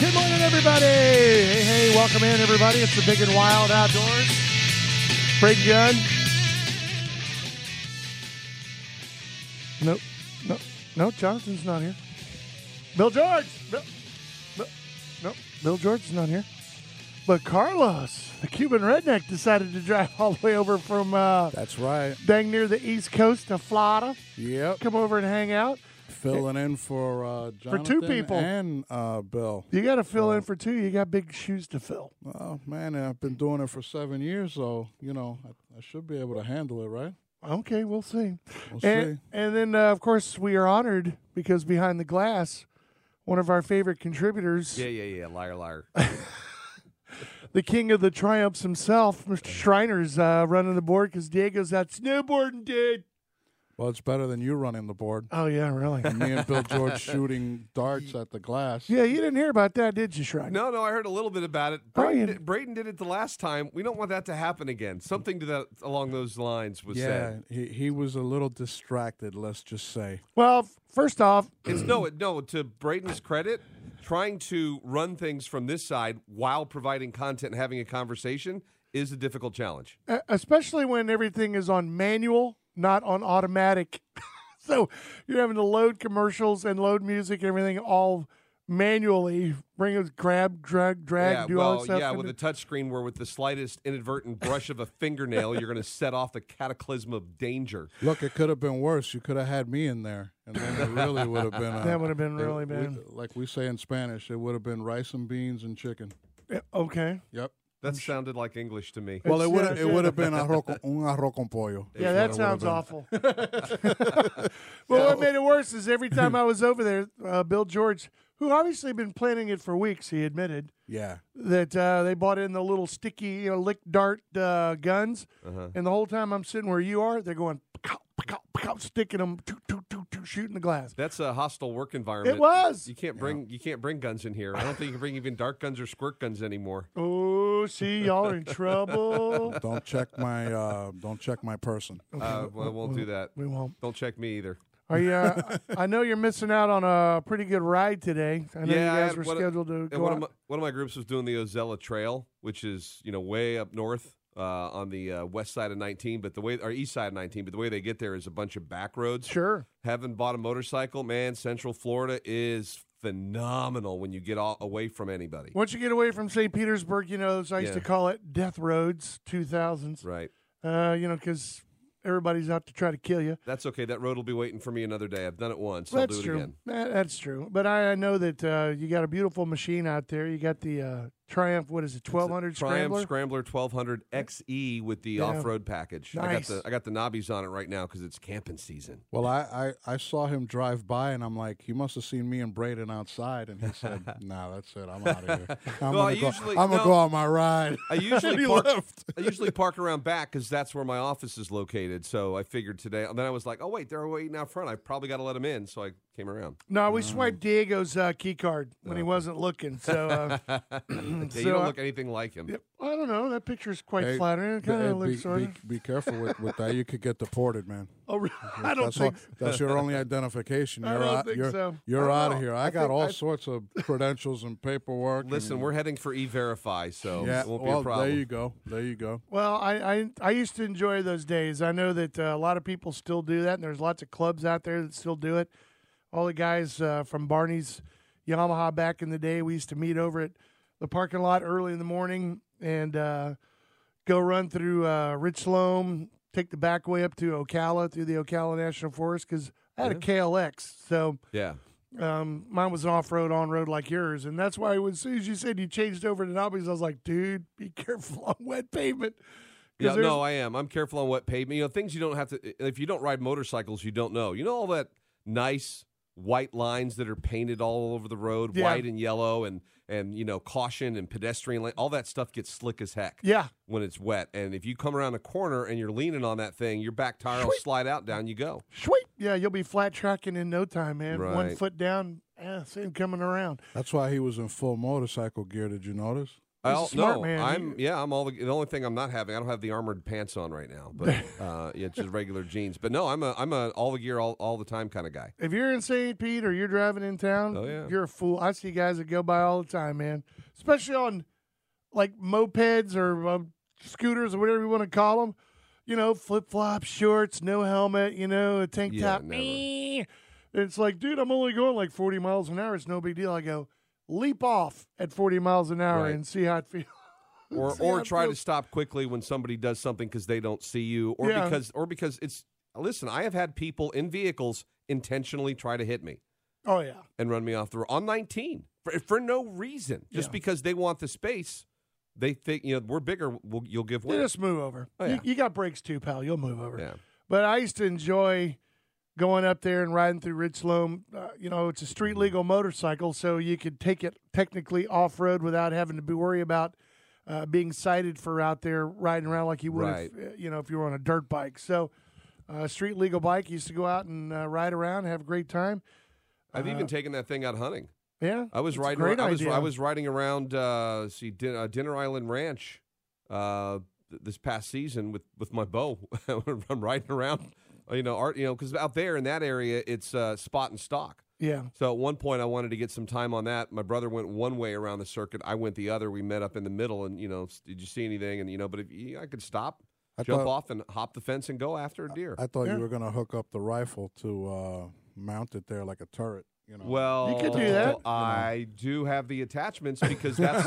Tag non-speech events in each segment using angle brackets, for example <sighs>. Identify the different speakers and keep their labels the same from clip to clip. Speaker 1: Good morning, everybody. Hey, hey, welcome in, everybody. It's the Big and Wild Outdoors. Braden Gunn. Nope, nope, no. Jonathan's not here. Bill George. Bill, Bill, nope, Bill George is not here. But Carlos, the Cuban redneck, decided to drive all the way over from uh,
Speaker 2: That's right.
Speaker 1: dang near the East Coast to Florida,
Speaker 2: Yep.
Speaker 1: come over and hang out.
Speaker 2: Filling in for uh, Jonathan
Speaker 1: two people.
Speaker 2: and uh, Bill.
Speaker 1: You got to fill in for two. You got big shoes to fill.
Speaker 2: Oh man, I've been doing it for seven years, so you know I, I should be able to handle it, right?
Speaker 1: Okay, we'll see.
Speaker 2: We'll
Speaker 1: and,
Speaker 2: see.
Speaker 1: and then, uh, of course, we are honored because behind the glass, one of our favorite contributors,
Speaker 3: Yeah, yeah, yeah. Liar, liar.
Speaker 1: the king of the triumphs himself, Mr. Shriner's uh, running the board because Diego's out snowboarding, dude.
Speaker 2: Well, it's better than you running the board.
Speaker 1: Oh yeah, really?
Speaker 2: Me and Bill George shooting darts at the
Speaker 1: <laughs>
Speaker 2: glass.
Speaker 1: yeah, you didn't hear about that, did you, Shriner?
Speaker 3: No, no, I heard a little bit about it.
Speaker 1: Brian.
Speaker 3: Braden, did- Braden did it the last time. We don't want that to happen again. Something to that along those lines was
Speaker 2: Yeah,
Speaker 3: said.
Speaker 2: he, he was a little distracted, let's just say.
Speaker 1: Well, f- first off,
Speaker 3: It's no, it- no. To Braden's credit, trying to run things from this side while providing content and having a conversation is a difficult challenge.
Speaker 1: e- especially when everything is on manual, not on automatic. <laughs> so you're having to load commercials and load music, everything all manually. Bring a grab, drag, drag,
Speaker 3: yeah,
Speaker 1: do all that
Speaker 3: well,
Speaker 1: stuff.
Speaker 3: yeah,
Speaker 1: and
Speaker 3: with
Speaker 1: it-
Speaker 3: a touchscreen where with the slightest inadvertent brush of a fingernail, you're going to set off the cataclysm of danger.
Speaker 2: Look, it could have been worse. You could have had me in there, and then it really would
Speaker 1: <laughs>
Speaker 2: have been. A,
Speaker 1: That would have been
Speaker 2: it-
Speaker 1: really
Speaker 2: we-
Speaker 1: bad.
Speaker 2: like we say in Spanish, it would have been rice and beans and chicken.
Speaker 1: Yeah, Uh, Okay.
Speaker 2: Yep.
Speaker 3: That sounded like English to me.
Speaker 2: Well, it
Speaker 1: It's-
Speaker 2: would
Speaker 1: yeah,
Speaker 2: have
Speaker 1: it's-
Speaker 2: it would have been arroz con, un arroz con pollo. is
Speaker 1: Yeah,
Speaker 2: what
Speaker 1: that
Speaker 2: it
Speaker 1: sounds
Speaker 2: would've
Speaker 1: awful. well, <laughs>
Speaker 3: <laughs>
Speaker 1: what made it worse is every time I was over there, uh, Bill George, who obviously had been planning it for weeks, he admitted
Speaker 2: been. Yeah,
Speaker 1: that uh, they bought in the little sticky, you know, lick dart uh, guns,
Speaker 3: Uh-huh.
Speaker 1: and the whole time I'm sitting where you are, they're going "Pow, pow, pow," sticking them, toot, toot, toot, toot, shooting the glass.
Speaker 3: That's a hostile work environment.
Speaker 1: It was.
Speaker 3: You can't bring you can't bring guns in here. I don't think you can bring even dart guns or squirt guns anymore.
Speaker 1: Oh, see, y'all are in
Speaker 3: <laughs>
Speaker 1: trouble.
Speaker 2: don't check my uh, don't check my person.
Speaker 3: Uh, well, I won't do that.
Speaker 1: We won't.
Speaker 3: Don't check me either.
Speaker 1: Are you? Uh, I know you're missing out on a pretty good ride today. I know
Speaker 3: Yeah,
Speaker 1: you guys
Speaker 3: I-
Speaker 1: were
Speaker 3: one of-
Speaker 1: scheduled to
Speaker 3: And
Speaker 1: go.
Speaker 3: one of
Speaker 1: out-
Speaker 3: my one of my groups was doing the Ozella Trail, which is you know way up north uh, on the uh, west side of 19, but the way or east side of 19, but the way they get there is a bunch of back roads.
Speaker 1: sure.
Speaker 3: Haven't bought a motorcycle, man. Central Florida is phenomenal when you get all, away from anybody.
Speaker 1: Once you get away from St. Petersburg, you know, as I used to
Speaker 3: Yeah.
Speaker 1: call it, death roads, 2000s,
Speaker 3: Right.
Speaker 1: uh, you know, because everybody's out to try to kill you.
Speaker 3: That's okay. That road will be waiting for me another day. I've done it once. I'll
Speaker 1: that's
Speaker 3: do it
Speaker 1: true.
Speaker 3: again.
Speaker 1: That- that's true. But I, I know that uh, you got a beautiful machine out there. You got the uh, Triumph, what is it, 1200
Speaker 3: Triumph
Speaker 1: Scrambler?
Speaker 3: Scrambler 1200 XE E with the
Speaker 1: Yeah.
Speaker 3: off-road package. I got
Speaker 1: Nice.
Speaker 3: the I got the knobbies on it right now because it's camping season.
Speaker 2: Well, I, I I saw him drive by, and I'm like, he must have seen me and Braden outside, and he said, "Nah, that's it. I'm out of here. I'm
Speaker 3: Well, I
Speaker 2: gonna go.
Speaker 3: usually-
Speaker 2: I'm gonna
Speaker 3: no.
Speaker 2: go on my ride." <laughs>
Speaker 3: I usually
Speaker 2: He
Speaker 3: park,
Speaker 2: left.
Speaker 3: I usually park around back because that's where my office is located. So I figured today, and then I was like, oh wait, they're waiting out front. I probably got to let them in. So I came around.
Speaker 1: No, we
Speaker 3: Oh.
Speaker 1: swiped Diego's uh, key card when he wasn't looking. So
Speaker 3: <laughs>
Speaker 1: uh,
Speaker 3: Yeah,
Speaker 1: So
Speaker 3: you don't
Speaker 1: I-
Speaker 3: look anything like him.
Speaker 1: I don't know. That picture's quite
Speaker 2: Hey,
Speaker 1: flattering. It
Speaker 2: Be,
Speaker 1: kind of
Speaker 2: be,
Speaker 1: looks sort
Speaker 2: be, be careful with, with that. You could get deported, man.
Speaker 1: Oh, <laughs> really? I don't
Speaker 2: that's
Speaker 1: think.
Speaker 2: all- that's your only identification.
Speaker 1: I
Speaker 2: You're
Speaker 1: don't
Speaker 2: out,
Speaker 1: think
Speaker 2: you're,
Speaker 1: so.
Speaker 2: You're
Speaker 3: I
Speaker 2: out
Speaker 3: know.
Speaker 2: of here. I,
Speaker 3: I
Speaker 2: got
Speaker 3: think
Speaker 2: all
Speaker 3: I-
Speaker 2: sorts of credentials and paperwork.
Speaker 3: Listen,
Speaker 2: and-
Speaker 3: we're heading for e-verify, so
Speaker 2: yeah.
Speaker 3: it won't
Speaker 2: well,
Speaker 3: be a problem.
Speaker 2: there you go. There you go.
Speaker 1: Well, I, I I used to enjoy those days. I know that uh, a lot of people still do that, and there's lots of clubs out there that still do it. All the guys uh, from Barney's Yamaha back in the day, we used to meet over at the parking lot early in the morning and uh, go run through uh, Rich Sloan, take the back way up to Ocala through the Ocala National Forest because I had a KLX, so
Speaker 3: Yeah.
Speaker 1: um, mine was off road, on road like yours, and that's why when as soon as you said you changed over to knobbies, I was like, dude, be careful on wet pavement. 'Cause
Speaker 3: Yeah,
Speaker 1: there's-
Speaker 3: no, I am. I'm careful on what pavement. You know, things you don't have to. If you don't ride motorcycles, you don't know. You know all that nice white lines that are painted all over the road,
Speaker 1: Yeah.
Speaker 3: white and yellow, and and you know caution and pedestrian lane. All that stuff gets slick as heck.
Speaker 1: Yeah.
Speaker 3: When it's wet, and if you come around a corner and you're leaning on that thing, your back tire will slide out. Down you go.
Speaker 1: Sweet. Yeah, you'll be flat tracking in no time, man. One
Speaker 3: Right.
Speaker 1: foot down, eh, see him coming around.
Speaker 2: That's why he was in full motorcycle gear. Did you notice?
Speaker 1: He's a
Speaker 3: I'll-
Speaker 1: smart
Speaker 3: no,
Speaker 1: man.
Speaker 3: I'm yeah. I'm all the, the only thing I'm not having. I don't have the armored pants on right now,
Speaker 1: <laughs>
Speaker 3: but uh, yeah, just regular jeans. But no, I'm a I'm a all the gear all, all the time kind of guy.
Speaker 1: If you're in St. Pete or you're driving in town,
Speaker 3: Oh, yeah.
Speaker 1: you're a fool. I see guys that go by all the time, man. Especially on like mopeds or uh, scooters or whatever you want to call them. You know, flip flops, shorts, no helmet, you know, a tank
Speaker 3: Yeah,
Speaker 1: top.
Speaker 3: never.
Speaker 1: Eh. It's like, dude, I'm only going like 40 miles an hour. It's no big deal. I go, leap off at 40 miles an hour
Speaker 3: Right.
Speaker 1: and see how it feels.
Speaker 3: or
Speaker 1: See how
Speaker 3: or
Speaker 1: it
Speaker 3: try to
Speaker 1: feels.
Speaker 3: stop quickly when somebody does something because they don't see you, or
Speaker 1: Yeah.
Speaker 3: because or because it's listen. I have had people in vehicles intentionally try to hit me
Speaker 1: <laughs> Oh, yeah.
Speaker 3: and run me off the road on 19 for, for no reason, just
Speaker 1: Yeah.
Speaker 3: because they want the space. They think you know we're bigger. We'll, you'll give way.
Speaker 1: You just move over.
Speaker 3: Oh,
Speaker 1: you,
Speaker 3: yeah.
Speaker 1: you got brakes too, pal. You'll move over.
Speaker 3: Yeah.
Speaker 1: But I used to enjoy going up there and riding through Ridgeloam. Uh, you know, it's a street legal motorcycle, so you could take it technically off road without having to be worry about uh, being cited for out there riding around like you would, if, uh, you know, if you were on a dirt bike. So, uh, street legal bike used to go out and uh, ride around, have a great time.
Speaker 3: I've
Speaker 1: uh,
Speaker 3: even taken that thing out hunting.
Speaker 1: Yeah,
Speaker 3: I was
Speaker 1: it's a
Speaker 3: riding.
Speaker 1: Great
Speaker 3: ar- I was
Speaker 1: idea.
Speaker 3: I was riding around. Uh, see, Din- uh, Dinner Island Ranch. Uh, th- this past season with with my bow, <laughs> I'm riding around. uh, You know, art. You know, because out there in that area, it's uh, spot and stock.
Speaker 1: yeah.
Speaker 3: So at one point, I wanted to get some time on that. My brother went one way around the circuit. I went the other. We met up in the middle, and you know, s- did you see anything? And you know, but if you, I could stop,
Speaker 2: I
Speaker 3: jump
Speaker 2: thought-
Speaker 3: off, and hop the fence and go after a deer.
Speaker 2: I thought
Speaker 1: Yeah.
Speaker 2: you were gonna hook up the rifle to uh, mount it there like a turret. You know. <laughs>
Speaker 3: well,
Speaker 1: You could do that.
Speaker 3: I do have the
Speaker 1: <laughs>
Speaker 3: attachments because that's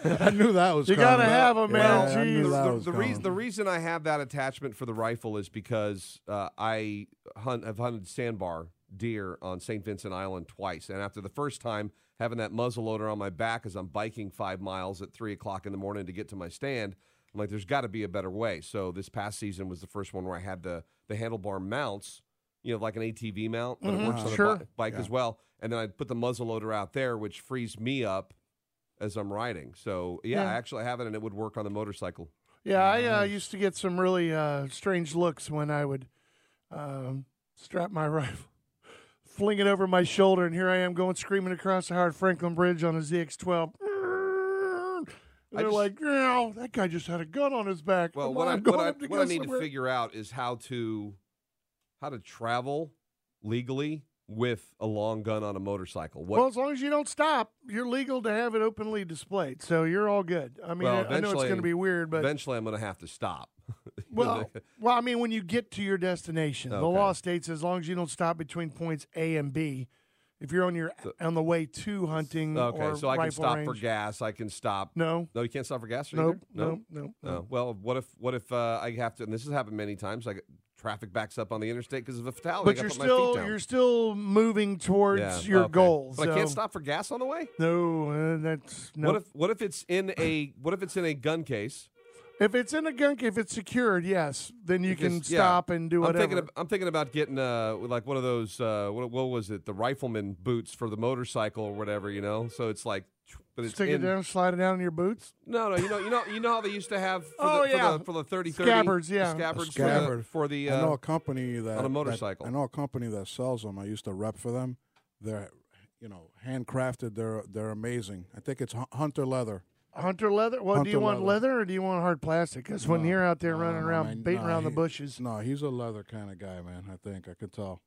Speaker 2: <laughs> I knew that was.
Speaker 1: You gotta
Speaker 2: coming.
Speaker 1: have 'em, man.
Speaker 2: Yeah, I knew
Speaker 1: Jeez.
Speaker 2: that
Speaker 3: the,
Speaker 2: was
Speaker 3: the
Speaker 2: coming.
Speaker 3: reason the reason I have that attachment for the rifle is because uh, I hunt have hunted sandbar deer on St. Vincent Island twice, and after the first time, having that muzzleloader on my back as I'm biking five miles at three o'clock in the morning to get to my stand, I'm like, there's got to be a better way. So this past season was the first one where I had the the handlebar mounts, you know, like an ATV mount, but it works on
Speaker 1: Sure.
Speaker 3: a bi- bike as well, and then I put the muzzleloader out there, which frees me up as I'm riding. So yeah,
Speaker 1: Yeah.
Speaker 3: I actually have it, and it would work on the motorcycle.
Speaker 1: Yeah, I uh, used to get some really uh, strange looks when I would um, strap my <laughs> rifle, fling it over my shoulder, and here I am going screaming across the Howard Franklin Bridge on a ZX12. And
Speaker 3: I
Speaker 1: they're like,
Speaker 3: just-
Speaker 1: "Wow, that guy just had a gun on his back."
Speaker 3: Well,
Speaker 1: Come on,
Speaker 3: what I,
Speaker 1: I'm
Speaker 3: what
Speaker 1: going
Speaker 3: I,
Speaker 1: up to
Speaker 3: what
Speaker 1: go
Speaker 3: I need
Speaker 1: somewhere."
Speaker 3: to figure out is how to how to travel legally with a long gun on a motorcycle. What?
Speaker 1: Well, as long as you don't stop, you're legal to have it openly displayed, so you're all good. I mean,
Speaker 3: Well,
Speaker 1: I, I know it's
Speaker 3: eventually-
Speaker 1: going to be weird, but
Speaker 3: eventually, I'm going to have to stop. <laughs> You know,
Speaker 1: Well,
Speaker 3: like-
Speaker 1: well, I mean, when you get to your destination, the
Speaker 3: Okay.
Speaker 1: law states as long as you don't stop between points A and B, if you're on your on the way to hunting,
Speaker 3: okay,
Speaker 1: or
Speaker 3: so I can
Speaker 1: rifle
Speaker 3: stop for
Speaker 1: range-
Speaker 3: gas. I can stop.
Speaker 1: No,
Speaker 3: you can't stop for gas. either? Oh.
Speaker 1: nope, nope, nope.
Speaker 3: No. well, what if what if uh, I have to? And this has happened many times. I get, traffic backs up on the interstate because of a fatality.
Speaker 1: But
Speaker 3: I
Speaker 1: you're
Speaker 3: gotta put my feet
Speaker 1: still
Speaker 3: down.
Speaker 1: you're still moving towards
Speaker 3: Yeah,
Speaker 1: your
Speaker 3: okay.
Speaker 1: goal.
Speaker 3: But I
Speaker 1: so-
Speaker 3: can't stop for gas on the way.
Speaker 1: No, uh, that's no.
Speaker 3: What if what if it's in a what if it's in a gun case?
Speaker 1: if it's in a gunk, if it's secured, yes, then you can
Speaker 3: Because, yeah,
Speaker 1: stop and do whatever.
Speaker 3: I'm thinking, ab- I'm thinking about getting uh, like one of those, uh, what, what was it, the rifleman boots for the motorcycle or whatever, you know? So it's like, but it's
Speaker 1: Stick
Speaker 3: in-
Speaker 1: it down, slide it down in your boots.
Speaker 3: No, no, you know, you know, you know how they used to have for,
Speaker 1: Oh,
Speaker 3: the,
Speaker 1: yeah.
Speaker 3: for the for the 30
Speaker 1: Scabbards, yeah.
Speaker 3: scabbards,
Speaker 2: A
Speaker 3: for the-
Speaker 2: scabbard.
Speaker 3: for the,
Speaker 2: I know
Speaker 3: uh,
Speaker 2: a company that
Speaker 3: a
Speaker 2: that-
Speaker 3: motorcycle.
Speaker 2: I know a company that sells them. I used to rep for them. They're, you know, handcrafted. They're they're amazing. I think it's hun- hunter leather.
Speaker 1: Hunter leather. Well, do
Speaker 2: Hunter
Speaker 1: you want
Speaker 2: leather.
Speaker 1: leather. or do you want hard plastic? Because when you're out there
Speaker 2: No,
Speaker 1: running
Speaker 2: no,
Speaker 1: around,
Speaker 2: man,
Speaker 1: baiting
Speaker 2: no,
Speaker 1: around the
Speaker 2: he-
Speaker 1: bushes,
Speaker 2: No, he's a leather kind of guy, man. I think I could tell.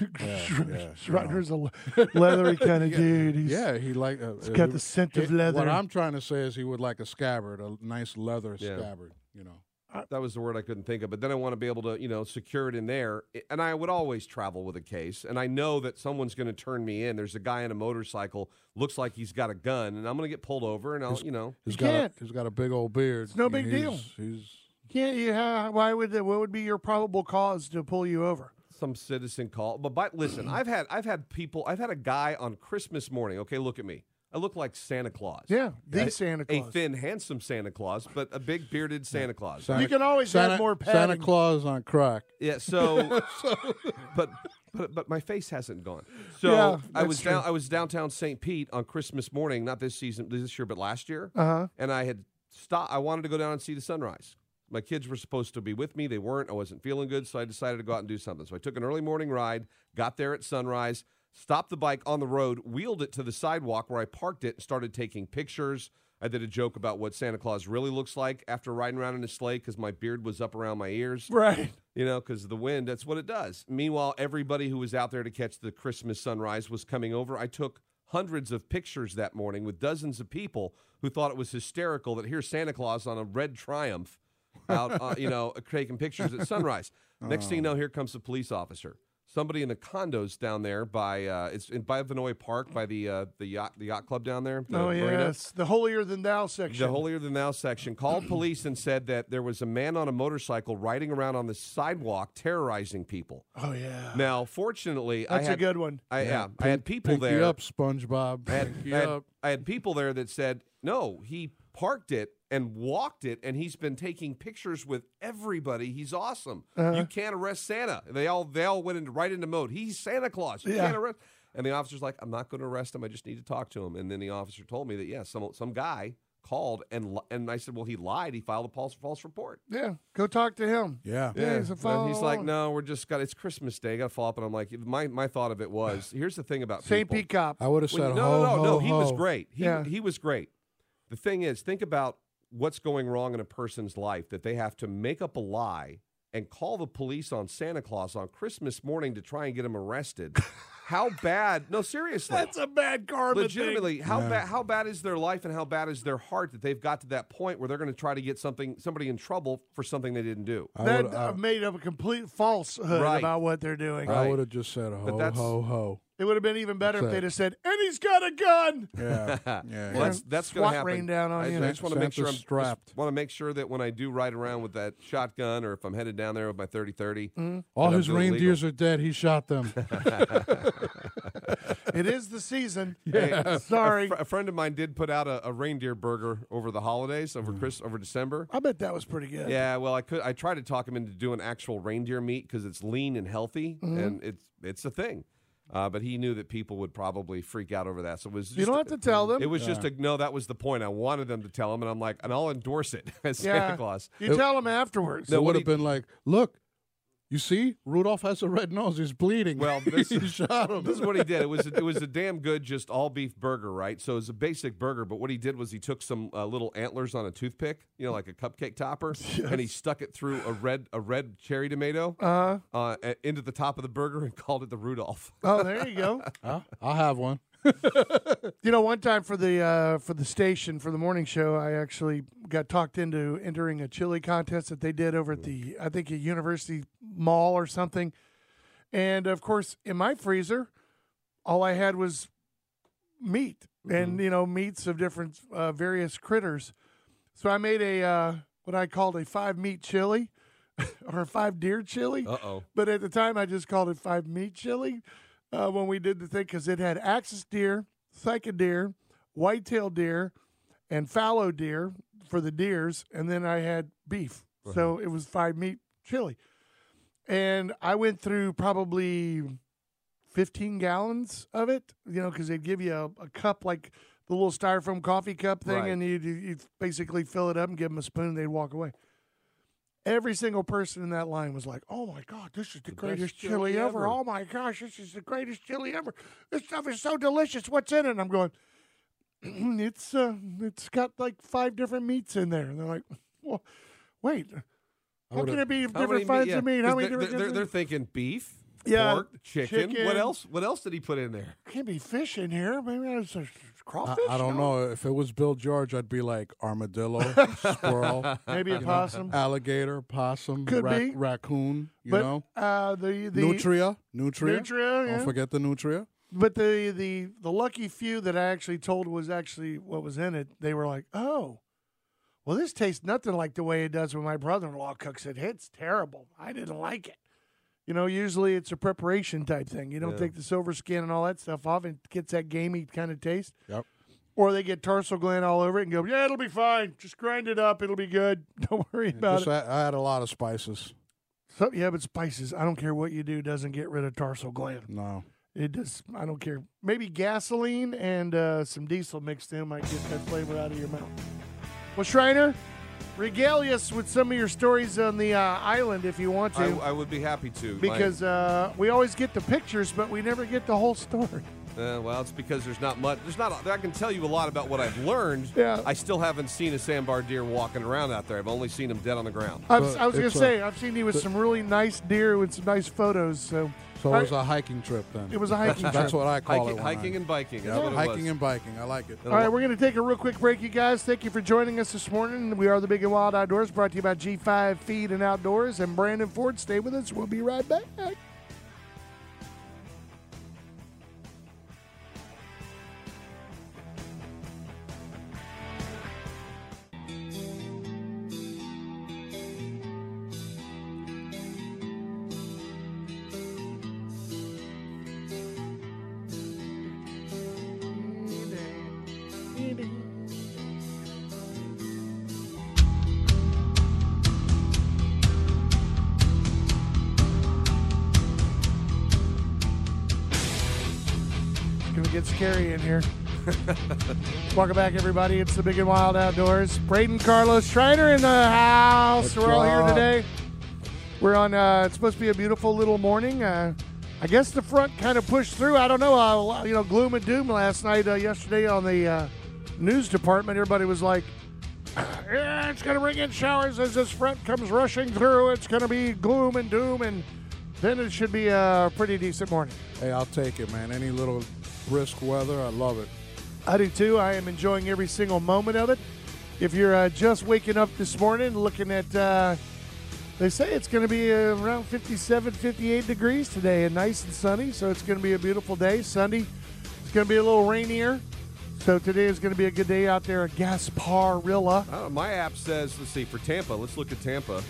Speaker 2: yeah, yeah, you know.
Speaker 1: Schrodinger's a le- <laughs> leathery kind <laughs> of dude. He's,
Speaker 2: Yeah, he like. Uh,
Speaker 1: he's got the scent of leather.
Speaker 2: What I'm trying to say is he would like a scabbard, a nice leather
Speaker 3: Yeah.
Speaker 2: scabbard. You know.
Speaker 3: that was the word I couldn't think of. But then I want to be able to, you know, secure it in there. I- And I would always travel with a case. And I know that someone's going to turn me in. There's a guy on a motorcycle, looks like he's got a gun, and I'm going to get pulled over, and I'll, you know,
Speaker 2: He's
Speaker 1: You
Speaker 2: got
Speaker 1: can't.
Speaker 2: a he's got a big old beard.
Speaker 1: It's no big
Speaker 2: he's,
Speaker 1: deal.
Speaker 2: He's
Speaker 1: Can't you? Have, why would? The, what would be your probable cause to pull you over?
Speaker 3: some citizen call. But by, listen, I've had I've had people. I've had a guy on Christmas morning. Okay, look at me. I look like Santa Claus.
Speaker 1: Yeah, the
Speaker 3: A-
Speaker 1: Santa
Speaker 3: A
Speaker 1: Claus.
Speaker 3: thin, handsome Santa Claus, but a big bearded Santa Claus.
Speaker 2: Santa-
Speaker 1: you can always
Speaker 2: Santa,
Speaker 3: <laughs>
Speaker 1: add more padding.
Speaker 2: Santa Claus on crack.
Speaker 3: Yeah. So, but but but my face hasn't gone. So
Speaker 1: Yeah,
Speaker 3: I
Speaker 1: that's
Speaker 3: was down I was downtown St. Pete on Christmas morning, not this season, this year, but last year,
Speaker 1: Uh-huh.
Speaker 3: and I had stopped. I wanted to go down and see the sunrise. My kids were supposed to be with me. They weren't. I wasn't feeling good, so I decided to go out and do something. So I took an early morning ride, got there at sunrise, stopped the bike on the road, wheeled it to the sidewalk where I parked it, and started taking pictures. I did a joke about what Santa Claus really looks like after riding around in a sleigh because my beard was up around my ears
Speaker 1: Right.
Speaker 3: you know, because the wind, that's what it does. Meanwhile, everybody who was out there to catch the Christmas sunrise was coming over. I took hundreds of pictures that morning with dozens of people who thought it was hysterical that here's Santa Claus on a red triumph out, uh, you know, <laughs> taking pictures at sunrise. Next thing you
Speaker 1: Oh.
Speaker 3: know, here comes the police officer. Somebody in the condos down there by uh, it's in by Vanoy Park by the uh, the yacht the yacht club down there. the
Speaker 1: oh
Speaker 3: marina.
Speaker 1: yes, the holier than thou section.
Speaker 3: The holier than thou section called police and said that there was a man on a motorcycle riding around on the sidewalk terrorizing people.
Speaker 1: oh yeah,
Speaker 3: Now, fortunately,
Speaker 1: that's
Speaker 3: I had
Speaker 1: a good one.
Speaker 3: I, yeah,
Speaker 2: Pink-
Speaker 3: I had people
Speaker 2: Pinky
Speaker 3: there.
Speaker 2: up, SpongeBob.
Speaker 3: I had,
Speaker 2: Pinky
Speaker 3: I had-
Speaker 2: up.
Speaker 3: I had people there that said, "No, he parked it and walked it, and he's been taking pictures with everybody. He's awesome.
Speaker 1: Uh-huh.
Speaker 3: You can't arrest Santa." They all they all went into right into mode. He's Santa Claus. You
Speaker 1: Yeah.
Speaker 3: can't arrest. And the officer's like, "I'm not going to arrest him. I just need to talk to him." And then the officer told me that yes, some some guy called and li- and I said, "Well, he lied. He filed a false false report."
Speaker 1: Yeah, go talk to him.
Speaker 2: Yeah.
Speaker 1: Yeah. he's a
Speaker 3: And then he's like,
Speaker 1: follow-
Speaker 3: no, we're just got. It's Christmas Day. Got to follow up, and I'm like, my my thought of it was, here's the thing about
Speaker 1: St.
Speaker 3: people.
Speaker 1: Pete cop.
Speaker 2: I would have
Speaker 3: When-
Speaker 2: said,
Speaker 3: no,
Speaker 2: ho,
Speaker 3: no, no,
Speaker 2: ho,
Speaker 3: no. He was
Speaker 2: ho.
Speaker 3: great. He
Speaker 1: Yeah.
Speaker 3: he was great. The thing is, think about what's going wrong in a person's life that they have to make up a lie and call the police on Santa Claus on Christmas morning to try and get him arrested.
Speaker 2: <laughs>
Speaker 3: how bad? No, seriously.
Speaker 1: a bad karma.
Speaker 3: Legitimately, how
Speaker 2: Yeah.
Speaker 3: bad how bad is their life and how bad is their heart that they've got to that point where they're going to try to get something somebody in trouble for something they didn't do?
Speaker 2: I
Speaker 1: That
Speaker 2: would've-
Speaker 1: uh, made up a complete falsehood
Speaker 3: Right.
Speaker 1: about what they're doing.
Speaker 2: I,
Speaker 3: Right.
Speaker 2: would have just said, ho,
Speaker 3: that's-
Speaker 2: ho,
Speaker 3: <laughs>
Speaker 2: ho.
Speaker 1: It would have been even better if
Speaker 2: That's it.
Speaker 1: they'd have said, "And he's got a gun."
Speaker 2: Yeah. yeah.
Speaker 3: Well, that's that's going
Speaker 1: SWAT
Speaker 3: to happen.
Speaker 1: rain down on
Speaker 3: I,
Speaker 1: you.
Speaker 3: I just want to make sure I'm
Speaker 2: Santa's strapped.
Speaker 3: Want to make sure that when I do ride around with that shotgun, or if I'm headed down there with my 30-30,
Speaker 2: All
Speaker 1: Mm-hmm.
Speaker 3: that I'm
Speaker 2: his
Speaker 3: doing legal.
Speaker 2: reindeers are dead. He shot
Speaker 3: <laughs>
Speaker 2: them.
Speaker 1: It is the <laughs> season.
Speaker 3: Hey,
Speaker 1: Sorry.
Speaker 3: A, fr- a friend of mine did put out a, a reindeer burger over the holidays, over
Speaker 1: Mm.
Speaker 3: Chris, over December.
Speaker 1: I bet that was pretty good.
Speaker 3: Yeah, well, I could. I tried to talk him into doing actual reindeer meat because it's lean and healthy,
Speaker 1: Mm-hmm.
Speaker 3: and it's it's a thing. Uh, but he knew that people would probably freak out over that, so it was. Just
Speaker 1: You don't have to tell them.
Speaker 3: It was just a no. That was the point. I wanted them to tell him, and I'm like, and I'll endorse it <laughs> as
Speaker 1: yeah.
Speaker 3: Santa Claus.
Speaker 1: You tell them afterwards.
Speaker 3: No,
Speaker 2: it
Speaker 3: what
Speaker 2: would
Speaker 3: do
Speaker 2: have been like, look, you see, Rudolph has a red nose. He's bleeding.
Speaker 1: <laughs>
Speaker 2: <laughs>
Speaker 3: Well, this-
Speaker 2: he shot him.
Speaker 3: This is what he did. It was a, it was a damn good just all beef burger, right? So it was a basic burger, but what he did was he took some uh, little antlers on a toothpick, you know, like a
Speaker 1: <laughs>
Speaker 3: cupcake topper, and he stuck it through a red a red cherry tomato
Speaker 1: Uh-huh.
Speaker 3: uh a- into the top of the burger and <laughs> called it the Rudolph.
Speaker 1: Oh, there you go.
Speaker 2: Huh? I'll have one.
Speaker 1: You know, one time for the uh, for the station for the morning show, I actually got talked into entering a chili contest that they did over at the I think a university mall or something. And of course, in my freezer, all I had was meat
Speaker 3: Mm-hmm.
Speaker 1: and you know meats of different uh, various critters. So I made a uh, what I called a five meat chili <laughs> or a five deer chili.
Speaker 3: Uh oh.
Speaker 1: But at the time, I just called it five meat chili uh, when we did the thing because it had axis deer, cyca deer, whitetail deer, and fallow deer for the deers, and then I had beef. So it was five meat chili, and I went through probably fifteen gallons of it. You know, because they'd give you a, a cup like the little styrofoam coffee cup thing,
Speaker 3: Right.
Speaker 1: and you you basically fill it up and give them a spoon, and they'd walk away. Every single person in that line was like, "Oh my god, this is the, greatest
Speaker 3: best
Speaker 1: chili,
Speaker 3: chili
Speaker 1: ever.
Speaker 3: ever.
Speaker 1: Oh my gosh, this is the greatest chili ever! This stuff is so delicious. What's in it?" And I'm going, <clears throat> "It's uh, it's got like five different meats in there." And they're like, <laughs> "Well, wait, how
Speaker 2: would've-
Speaker 1: can it be
Speaker 3: How many
Speaker 1: different kinds
Speaker 3: yeah,
Speaker 1: of meat?
Speaker 3: 'cause
Speaker 1: How many
Speaker 3: they're,
Speaker 1: different
Speaker 3: they're,
Speaker 1: kinds of
Speaker 3: they're
Speaker 1: meat?
Speaker 3: thinking beef,
Speaker 1: Yeah,
Speaker 3: pork, chicken. What
Speaker 1: chicken.
Speaker 3: else? What else did he put in there?
Speaker 1: Can't be fish in here. Maybe it's a
Speaker 2: I,
Speaker 1: crawfish.
Speaker 2: I don't
Speaker 1: No.
Speaker 2: know. If it was Bill George, I'd be like
Speaker 3: <laughs>
Speaker 2: armadillo, squirrel,
Speaker 1: Maybe a possum,
Speaker 2: alligator, possum,
Speaker 1: Could
Speaker 2: rac-
Speaker 1: be.
Speaker 2: raccoon, you
Speaker 1: but
Speaker 2: know?
Speaker 1: uh, the the
Speaker 2: nutria. Nutria.
Speaker 1: Nutria,
Speaker 2: Don't
Speaker 1: yeah.
Speaker 2: forget the nutria.
Speaker 1: But the the the lucky few that I actually told was actually what was in it, they were like, "Oh, well, this tastes nothing like the way it does when my brother-in-law cooks it. It's terrible. I didn't like it." You know, usually it's a preparation type thing. You don't take the silver skin and all that stuff off, and it gets that gamey kind of taste.
Speaker 2: Yep.
Speaker 1: Or they get tarsal gland all over it and go, "Yeah, it'll be fine. Just grind it up. It'll be good. <laughs> Don't worry about
Speaker 2: Just
Speaker 1: it."
Speaker 2: I, I had a lot of spices.
Speaker 1: So, yeah, but spices. I don't care what you do, doesn't get rid of tarsal gland.
Speaker 2: No.
Speaker 1: It does. I don't care. Maybe gasoline and uh, some diesel mixed in might get that flavor out of your mouth. Well, Shriner, regale us with some of your stories on the uh, island if you want to,
Speaker 3: I, I would be happy to. my-
Speaker 1: because uh, we always get the pictures, but we never get the whole story. <laughs>
Speaker 3: Uh, well, it's because there's not much. There's not. I can tell you a lot about what I've learned.
Speaker 1: Yeah.
Speaker 3: I still haven't seen a sandbar deer walking around out there. I've only seen him dead on the ground.
Speaker 1: I was,
Speaker 2: So
Speaker 1: I was going
Speaker 2: it's
Speaker 1: to
Speaker 2: a-
Speaker 1: say, I've seen you with some really nice deer with some nice photos. So,
Speaker 2: So
Speaker 1: I-
Speaker 2: it was a hiking trip then.
Speaker 1: It was a hiking
Speaker 2: That's
Speaker 1: trip.
Speaker 2: what I call
Speaker 3: Hiking,
Speaker 2: it. when
Speaker 3: hiking
Speaker 2: I-
Speaker 3: and biking. That's
Speaker 2: Yeah,
Speaker 3: what it
Speaker 2: hiking
Speaker 3: was.
Speaker 2: and biking. I like it.
Speaker 1: all right, we're going to take a real quick break, you guys. Thank you for joining us this morning. We are the Big and Wild Outdoors, brought to you by G5 Feed and Outdoors and Brandon Ford. Stay with us. We'll be right back. It's gonna get scary in here. <laughs> Welcome back, everybody. It's the Big and Wild Outdoors. Braden Carlos Schreiner in the house.
Speaker 2: What's
Speaker 1: We're all here
Speaker 2: up?
Speaker 1: today. We're on. Uh, it's supposed to be a beautiful little morning. Uh, I guess the front kind of pushed through. I don't know. Uh, you know, gloom and doom last night, uh, yesterday on the uh, news department. Everybody was like, <sighs> "Yeah, "It's gonna bring in showers as this front comes rushing through. It's gonna be gloom and doom, and then it should be a pretty decent morning."
Speaker 2: Hey, I'll take it, man. Any little brisk weather, I love it.
Speaker 1: I do too. I am enjoying every single moment of it. If you're uh, just waking up this morning, looking at, uh, they say it's going to be uh, around 57, 58 degrees today and nice and sunny. So it's going to be a beautiful day. Sunday, it's going to be a little rainier. So today is going to be a good day out there at Gasparilla.
Speaker 3: I don't know, Uh, my app says, let's see, for Tampa, let's look at Tampa.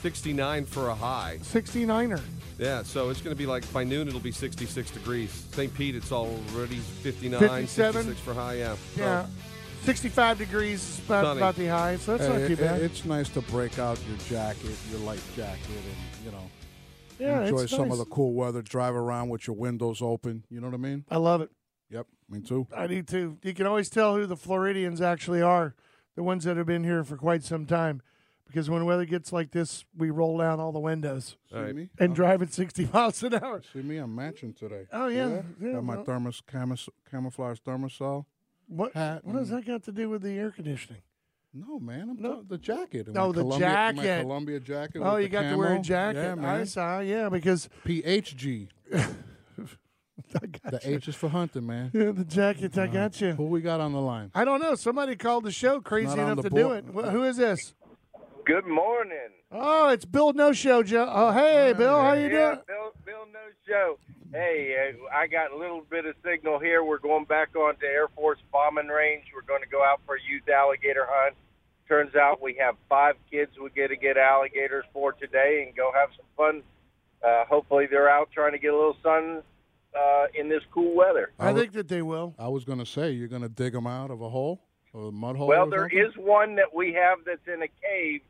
Speaker 3: 69 for a high.
Speaker 1: 69er.
Speaker 3: Yeah, so it's going to be like by noon it'll be 66 degrees. St. Pete, it's already 59,
Speaker 1: 57?
Speaker 3: 66 for high. Yeah. So,
Speaker 1: Yeah. 65 degrees is about,
Speaker 3: Sunny.
Speaker 1: about the high. So that's
Speaker 2: Hey,
Speaker 1: not
Speaker 2: it-
Speaker 1: too
Speaker 2: it-
Speaker 1: bad.
Speaker 2: it's nice to break out your jacket, your light jacket, and you know
Speaker 1: yeah,
Speaker 2: enjoy
Speaker 1: it's
Speaker 2: some
Speaker 1: nice.
Speaker 2: of the cool weather. Drive around with your windows open. You know what I mean?
Speaker 1: I love it.
Speaker 2: Yep, me too.
Speaker 1: I need to. You can always tell who the Floridians actually are, the ones that have been here for quite some time, because when weather gets like this, we roll down all the windows
Speaker 2: See
Speaker 3: All right.
Speaker 2: me?
Speaker 1: and
Speaker 2: Uh,
Speaker 1: drive at 60 <laughs> miles an hour.
Speaker 2: see me? I'm matching today.
Speaker 1: Oh, yeah, yeah,
Speaker 2: Got my
Speaker 1: well-
Speaker 2: thermos camis- camouflage thermosol.
Speaker 1: What?
Speaker 2: Hat
Speaker 1: What does
Speaker 2: and-
Speaker 1: that got to do with the air conditioning?
Speaker 2: No, man. I'm
Speaker 1: No.
Speaker 2: talking- the jacket. and
Speaker 1: Oh,
Speaker 2: my
Speaker 1: the
Speaker 2: Columbia,
Speaker 1: jacket.
Speaker 2: My Columbia jacket.
Speaker 1: Oh,
Speaker 2: with
Speaker 1: you
Speaker 2: the
Speaker 1: got to wear a
Speaker 2: camo.
Speaker 1: jacket.
Speaker 2: Yeah,
Speaker 1: I
Speaker 2: man.
Speaker 1: saw. Yeah, because <laughs>
Speaker 2: PHG.
Speaker 1: I got
Speaker 2: The H is for hunting, man.
Speaker 1: <laughs> yeah, the jacket. I got you.
Speaker 2: Who we got on the line?
Speaker 1: I don't know. Somebody called the show crazy
Speaker 2: on
Speaker 1: enough
Speaker 2: the
Speaker 1: to do
Speaker 2: board.
Speaker 1: it. Wh- Who is this?
Speaker 4: Good morning.
Speaker 1: Oh, it's Bill No Show, Joe. Oh, hey, Bill, how you
Speaker 4: Yeah,
Speaker 1: doing?
Speaker 4: Bill, Bill No Show. Hey, uh, I got a little bit of signal here. We're going back onto Air Force bombing range. We're going to go out for a youth alligator hunt. Turns out we have five kids we get to get alligators for today and go have some fun. Uh, hopefully, they're out trying to get a little sun uh, in this cool weather.
Speaker 1: I think that they will.
Speaker 2: I was gonna say you're gonna dig them out of a hole or a mud hole.
Speaker 4: Well,
Speaker 2: or
Speaker 4: there
Speaker 2: something?
Speaker 4: is one that we have that's in a cave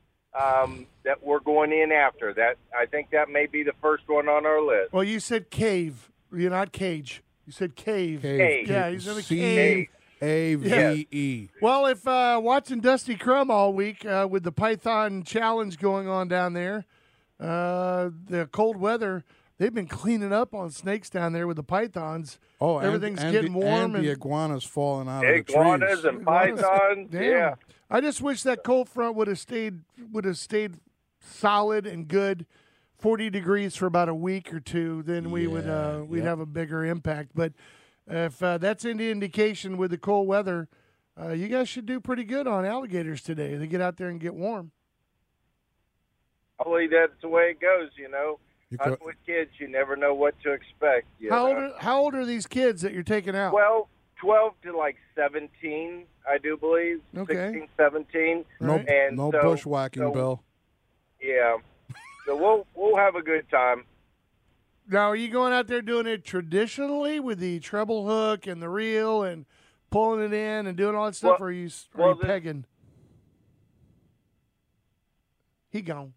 Speaker 4: um, that we're going in after. That I think that may be the first one on our list.
Speaker 1: Well, you said cave. You're not cage. You said cave.
Speaker 4: Cave.
Speaker 1: Yeah, he's in a
Speaker 2: C E.
Speaker 1: cave.
Speaker 2: A V E.
Speaker 1: Well, if uh, watching Dusty Crumb all week uh, with the Python Challenge going on down there, uh, the cold weather, they've been cleaning up on snakes down there with the pythons.
Speaker 2: Oh, and-
Speaker 1: everything's
Speaker 2: and
Speaker 1: getting
Speaker 2: the,
Speaker 1: warm
Speaker 2: And, the
Speaker 1: and-
Speaker 2: iguanas falling out of the
Speaker 4: Iguanas
Speaker 2: trees.
Speaker 4: and
Speaker 1: <laughs>
Speaker 4: pythons.
Speaker 1: Damn.
Speaker 4: Yeah.
Speaker 1: I just wish that cold front would have stayed would have stayed solid and good, forty degrees for about a week or two. Then we would uh,
Speaker 2: Yeah,
Speaker 1: we'd
Speaker 2: yep.
Speaker 1: have a bigger impact. But if uh, that's any indication with the cold weather, uh, you guys should do pretty good on alligators today. They get out there and get warm.
Speaker 4: Hopefully that's the way it goes, you know.
Speaker 2: You
Speaker 4: Hunting
Speaker 2: could-
Speaker 4: with kids, you never know what to expect. You
Speaker 1: How
Speaker 4: know?
Speaker 1: old are, how old are these kids that you're taking out?
Speaker 4: Well, 12 to like 17, I do believe.
Speaker 1: Okay.
Speaker 4: Sixteen, seventeen. 16, 17.
Speaker 2: no,
Speaker 1: right?
Speaker 4: And
Speaker 2: no
Speaker 4: so-
Speaker 2: bushwhacking,
Speaker 4: so-
Speaker 2: Bill.
Speaker 4: Yeah.
Speaker 2: <laughs>
Speaker 4: so we'll we'll have a good time.
Speaker 1: now, are you going out there doing it traditionally with the treble hook and the reel and pulling it in and doing all that stuff,
Speaker 4: Well-
Speaker 1: or are you, s- are
Speaker 4: well,
Speaker 1: you
Speaker 4: the-
Speaker 1: pegging? He gone.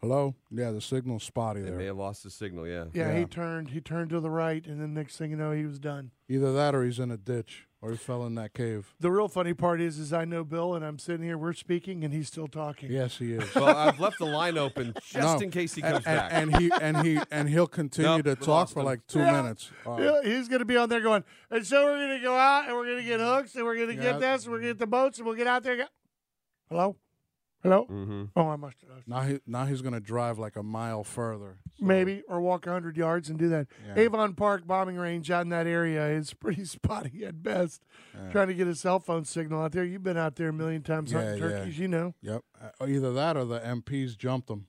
Speaker 2: Hello? Yeah, the signal's spotty
Speaker 3: They may
Speaker 2: there.
Speaker 3: have lost the signal. Yeah.
Speaker 1: Yeah, he
Speaker 2: Yeah.
Speaker 1: turned. He turned to the right, and then next thing you know, he was done.
Speaker 2: Either that or he's in a ditch or he fell in that cave.
Speaker 1: The real funny part is, is I know Bill, and I'm sitting here, we're speaking, and he's still talking.
Speaker 2: Yes, he is.
Speaker 3: Well, I've left the line open just
Speaker 2: <laughs> No.
Speaker 3: in case <laughs> he
Speaker 2: and,
Speaker 3: comes back.
Speaker 2: and he and he and he'll continue
Speaker 3: Nope,
Speaker 2: to
Speaker 3: we
Speaker 2: talk
Speaker 3: lost
Speaker 2: for
Speaker 3: him.
Speaker 2: like two
Speaker 1: Yeah.
Speaker 2: minutes. All right.
Speaker 1: Yeah, he's going to be on there going, and so we're going to go out and we're going to get hooks and we're going to
Speaker 2: Yeah.
Speaker 1: get this and we're going to get the boats and we'll get out there. and go-" Hello? Hello?
Speaker 3: Mhm.
Speaker 1: Oh, I must have.
Speaker 2: Now he now he's gonna drive like a mile further. So,
Speaker 1: Maybe, or walk 100 yards and do that.
Speaker 2: Yeah.
Speaker 1: Avon Park bombing range out in that area is <laughs> pretty spotty at best. Trying to get a cell phone signal out there. You've been out there a million times hunting
Speaker 2: Yeah, yeah.
Speaker 1: turkeys, you know.
Speaker 2: Yep. Uh, Either that or the MPs jumped him.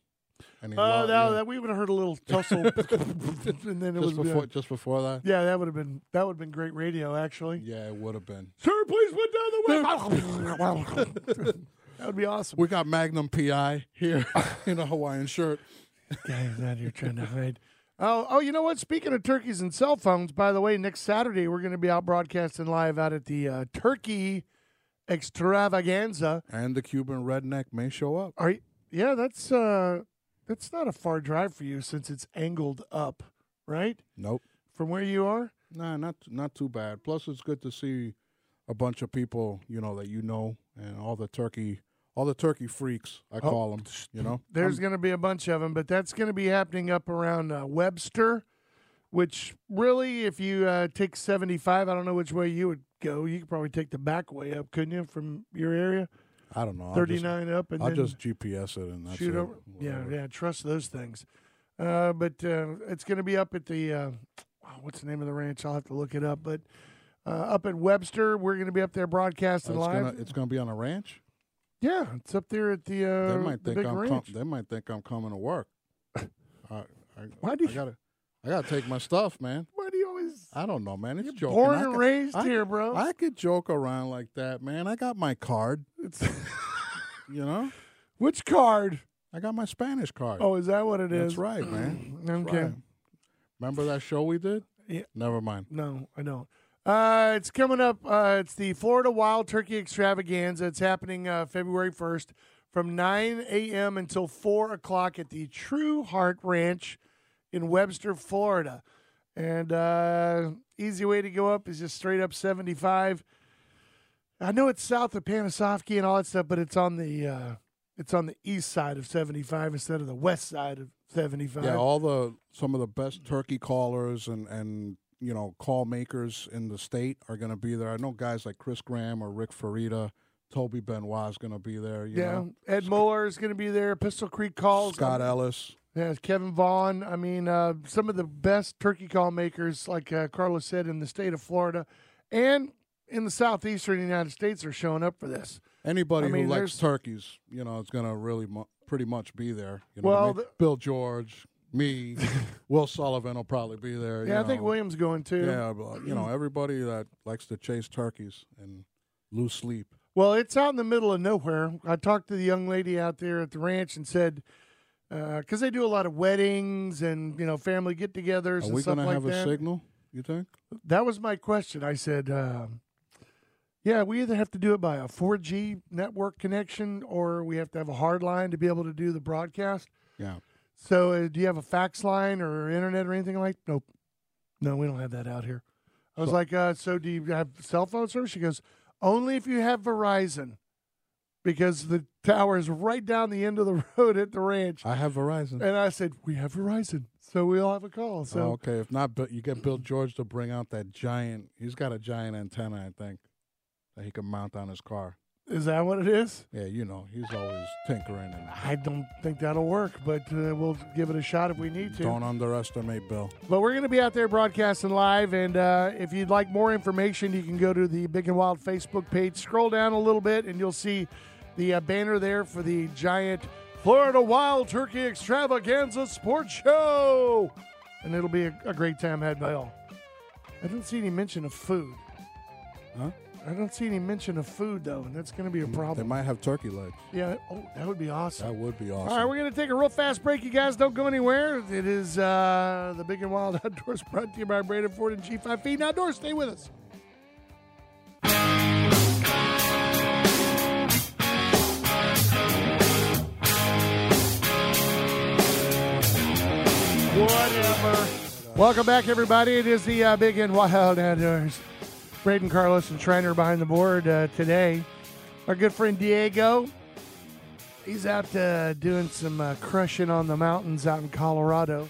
Speaker 2: And he
Speaker 1: Oh,
Speaker 2: lo-
Speaker 1: no,
Speaker 2: yeah.
Speaker 1: that we would have heard a
Speaker 2: <laughs>
Speaker 1: little tussle, and then it was
Speaker 2: just before
Speaker 1: done.
Speaker 2: just before that.
Speaker 1: Yeah, that would have been that would have been great radio, actually.
Speaker 2: Yeah, it would have been.
Speaker 1: Sir, please went down
Speaker 2: <laughs>
Speaker 1: the way. <laughs> that would be awesome.
Speaker 2: We got Magnum PI here <laughs> in a Hawaiian shirt.
Speaker 1: Guys out here trying to hide. Oh, oh, you know what? Speaking of turkeys and cell phones, by the way, next Saturday we're going to be out broadcasting live out at the uh, Turkey Extravaganza.
Speaker 2: And the Cuban redneck may show up.
Speaker 1: Are you, yeah, that's uh, that's not a far drive for you since it's angled up, right,
Speaker 2: Nope.
Speaker 1: from where you are.
Speaker 2: Nah, not not too bad. Plus, it's good to see a bunch of people you know that you know, and all the turkey, all the turkey freaks. I call them. You know,
Speaker 1: Oh, There's going to be a bunch of them, but that's going to be happening up around uh, Webster, which really, if you uh, take 75, I don't know which way you would go. You could probably take the back way up, couldn't you, from your area?
Speaker 2: I don't know. I'll just-
Speaker 1: 39 up and
Speaker 2: I'll
Speaker 1: then
Speaker 2: just, GPS it and that's
Speaker 1: shoot
Speaker 2: it.
Speaker 1: over. Yeah,
Speaker 2: Whatever. Uh,
Speaker 1: yeah, trust those things. Uh, but uh, it's going to be up at the, uh, wow, what's the name of the ranch? I'll have to look it up. But uh, up at Webster, we're going to be up there
Speaker 2: It's
Speaker 1: broadcasting live.
Speaker 2: gonna, it's gonna be on a ranch.
Speaker 1: yeah, it's up there at the, uh,
Speaker 2: They might
Speaker 1: the
Speaker 2: think
Speaker 1: big
Speaker 2: I'm. Com-
Speaker 1: ranch.
Speaker 2: they might think I'm coming
Speaker 1: <laughs>
Speaker 2: to work. I, I,
Speaker 1: Why do
Speaker 2: I
Speaker 1: you-
Speaker 2: gotta, I gotta take my stuff, man.
Speaker 1: Why do you always
Speaker 2: I don't know, man. It's joking.
Speaker 1: born
Speaker 2: I
Speaker 1: and
Speaker 2: could-
Speaker 1: raised
Speaker 2: I-
Speaker 1: here, bro?
Speaker 2: I could joke around like that, man. I got my card.
Speaker 1: It's- <laughs>
Speaker 2: You know,
Speaker 1: Which card?
Speaker 2: I got my Spanish card.
Speaker 1: Oh, is that what it
Speaker 2: That's
Speaker 1: is?
Speaker 2: right, man.
Speaker 1: <clears throat>
Speaker 2: That's
Speaker 1: Okay.
Speaker 2: right. Remember that show we did?
Speaker 1: Yeah.
Speaker 2: Never mind.
Speaker 1: No, I don't. Uh, it's coming up. Uh, it's the Florida Wild Turkey Extravaganza. It's happening uh, February 1st from 9 a.m. until 4 o'clock at the True Heart Ranch in Webster, Florida. And uh, easy way to go up is just straight up 75. I know it's south of Panasoffkee and all that stuff, but it's on the uh, it's on the east side of 75 instead of the west side of 75.
Speaker 2: Yeah, all the some of the best turkey callers and and you know call makers in the state are going to be there. I know guys like Chris Graham or Rick Farida, Toby Benoit is going to be there. You
Speaker 1: yeah,
Speaker 2: know?
Speaker 1: Ed Mueller is going to be there. Pistol Creek calls.
Speaker 2: Scott Ellis.
Speaker 1: Yeah, Kevin Vaughn. I mean, uh, some of the best turkey call makers, like uh, Carlos said, in the state of Florida and in the southeastern United States are showing up for this.
Speaker 2: Anybody
Speaker 1: I mean,
Speaker 2: who likes
Speaker 1: there's-
Speaker 2: turkeys, you know, is going to really mu- pretty much be there. You know what I
Speaker 1: Well,
Speaker 2: mean?
Speaker 1: the-
Speaker 2: Bill George,
Speaker 1: <laughs>
Speaker 2: me, Will Sullivan will probably be there.
Speaker 1: Yeah,
Speaker 2: you
Speaker 1: I think
Speaker 2: know.
Speaker 1: William's going too.
Speaker 2: Yeah, but, you know, everybody that likes to chase turkeys and lose sleep.
Speaker 1: Well, it's out in the middle of nowhere. I talked to the young lady out there at the ranch and said, because they do a lot of weddings and you know family get-togethers
Speaker 2: Are
Speaker 1: and
Speaker 2: we
Speaker 1: stuff
Speaker 2: going
Speaker 1: like
Speaker 2: to have
Speaker 1: that.
Speaker 2: a signal? You think?
Speaker 1: That was my question. I said, um, yeah, we either have to do it by a 4G network connection or we have to have a hard line to be able to do the broadcast.
Speaker 2: Yeah.
Speaker 1: So, uh, do you have a fax line or internet or anything like? Nope. No, we don't have that out here. I was like, uh, so do you have cell phone service? She goes, only if you have Verizon, because the tower is right down the end of the <laughs> road at the ranch.
Speaker 2: I have Verizon.
Speaker 1: And I said, we have Verizon, so we'll have a call. So
Speaker 2: Uh-huh. Oh, okay, if not, Bill- you get Bill George to bring out that giant. He's got a giant antenna, I think, that he can mount on his car.
Speaker 1: is that what it is?
Speaker 2: Yeah, you know, he's always tinkering and
Speaker 1: I don't think that'll work, but uh, we'll give it a shot if we need to.
Speaker 2: don't underestimate Bill.
Speaker 1: But we're going to be out there broadcasting live, and uh, if you'd like more information, you can go to the Big and Wild Facebook page. Scroll down a little bit, and you'll see the uh, banner there for the giant Florida Wild Turkey Extravaganza Sports Show, and it'll be a, a great time had by all. I didn't see any mention of food.
Speaker 2: Huh? Mm,
Speaker 1: I don't see any mention of food though, and that's going to be a
Speaker 2: They
Speaker 1: problem.
Speaker 2: might have turkey legs.
Speaker 1: Yeah. Oh, that would be awesome.
Speaker 2: That would be awesome.
Speaker 1: All right, we're going to take a real fast break. You guys don't go anywhere. It is uh, the Big and Wild <laughs> Outdoors brought to you by Braden Ford and G5 Feed and Outdoors. Stay with us. Whatever. Welcome back, everybody. It is the uh, Big and Wild Outdoors. Braden Carlos and Trainer behind the board uh, today. Our good friend Diego, he's out uh, doing some uh, crushing on the mountains out in Colorado.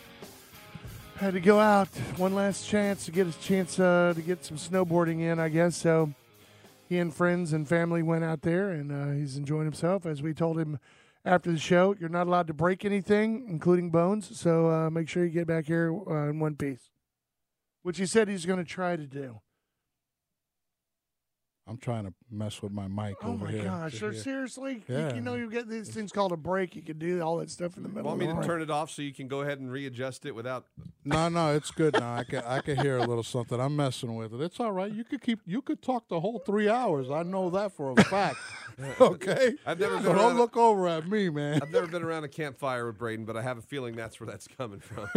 Speaker 1: Had to go out one last chance to get a chance uh, to get some snowboarding in, I guess. So he and friends and family went out there, and uh, he's enjoying himself. As we told him after the show, you're not allowed to break anything, including bones. So uh, make sure you get back here uh, in one piece, which he said he's going to try to do.
Speaker 2: I'm trying to mess with my mic
Speaker 1: Oh
Speaker 2: over
Speaker 1: my
Speaker 2: here.
Speaker 1: gosh!
Speaker 2: Over
Speaker 1: Or
Speaker 2: here.
Speaker 1: seriously, You- you,
Speaker 2: Yeah.
Speaker 1: know you get these things called a break. You can do all that stuff in the middle.
Speaker 3: Want
Speaker 1: of
Speaker 3: me
Speaker 1: the
Speaker 3: to
Speaker 1: break.
Speaker 3: turn it off so you can go ahead and readjust it without?
Speaker 2: No, no, it's good now. I can I can hear a little something. I'm messing with it. It's all right. You could keep you could talk the whole three hours. I know that for a
Speaker 3: <laughs>
Speaker 2: fact. okay.
Speaker 3: I've never
Speaker 2: So
Speaker 3: been
Speaker 2: don't
Speaker 3: around.
Speaker 2: look over at me, man.
Speaker 3: I've never been around a campfire with Braden, but I have a feeling that's where that's
Speaker 1: <laughs>
Speaker 3: coming from.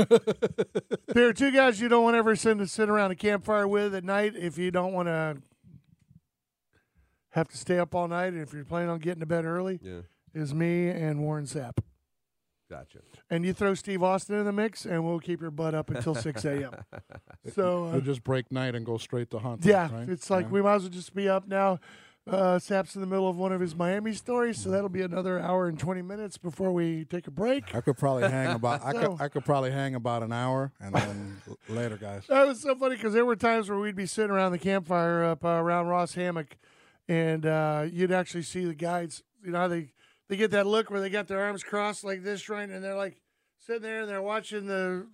Speaker 1: There are two guys you don't want to ever send to sit around a campfire with at night if you don't want to have to stay up all night, and if you're planning on getting to bed early,
Speaker 3: yeah,
Speaker 1: is me and Warren Sapp.
Speaker 3: gotcha.
Speaker 1: And you throw Steve Austin in the mix, and we'll keep your butt up until six a.m. So uh,
Speaker 2: We'll just break night and go straight to hunting.
Speaker 1: Yeah,
Speaker 2: right?
Speaker 1: it's like
Speaker 2: Yeah.
Speaker 1: we might as well just be up now. Uh, Sap's in the middle of one of his Miami stories, so that'll be another hour and twenty minutes before we take a break.
Speaker 2: I could probably hang about
Speaker 1: <laughs>
Speaker 2: I
Speaker 1: So-
Speaker 2: could I could probably hang about an hour and then l- later guys.
Speaker 1: That was so funny because there were times where we'd be sitting around the campfire up uh, around Ross Hammock, and uh, you'd actually see the guides. You know how they they get that look where they got their arms crossed like this, right, and they're like sitting there and they're watching the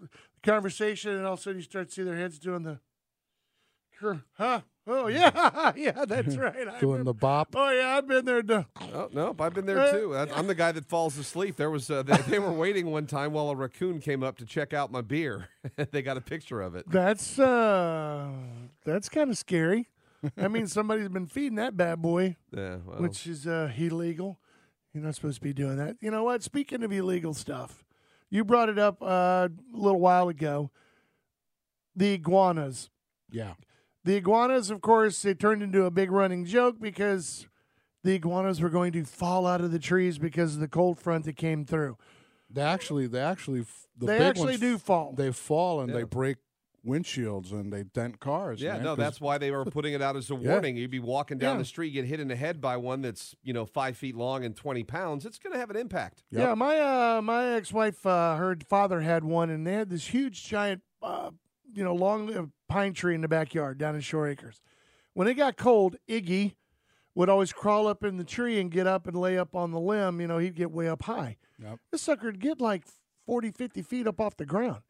Speaker 1: conversation, and all of a sudden you start to see their heads doing the, huh? Oh yeah, <laughs> yeah, that's right. I
Speaker 2: Doing
Speaker 1: remember.
Speaker 2: the bop.
Speaker 1: oh yeah, I've been there. Done.
Speaker 3: Oh nope, I've been there too. That's- I'm the guy that falls asleep. There was uh, they, they were waiting one time while a raccoon came up to check out my beer. <laughs> they got a picture of it.
Speaker 1: That's uh that's kind of scary. I mean, somebody's been feeding that bad boy,
Speaker 3: Yeah, well,
Speaker 1: which is uh illegal. You're not supposed to be doing that. You know what? Speaking of illegal stuff, you brought it up uh, a little while ago. The iguanas.
Speaker 2: Yeah.
Speaker 1: The iguanas, of course, it turned into a big running joke because the iguanas were going to fall out of the trees because of the cold front that came through.
Speaker 2: They actually they actually f- the
Speaker 1: they
Speaker 2: big
Speaker 1: actually
Speaker 2: ones,
Speaker 1: do fall.
Speaker 2: They fall and
Speaker 3: Yeah.
Speaker 2: they break windshields and they dent cars.
Speaker 3: yeah,
Speaker 2: man,
Speaker 3: no,
Speaker 2: 'cause
Speaker 3: that's why they were putting it
Speaker 1: <laughs>
Speaker 3: out as a
Speaker 2: Yeah.
Speaker 3: warning. You'd be walking down
Speaker 1: Yeah.
Speaker 3: the street, get hit in the head by one that's you know five feet long and twenty pounds. It's going to have an impact.
Speaker 2: Yep.
Speaker 1: Yeah, my uh, my ex wife, uh, her father had one, and they had this huge, giant, uh, you know, long uh, pine tree in the backyard down in Shore Acres. When it got cold, Iggy would always crawl up in the tree and get up and lay up on the limb. You know, he'd get way up high.
Speaker 2: Yep.
Speaker 1: This sucker would get like 40, 50 feet up off the ground.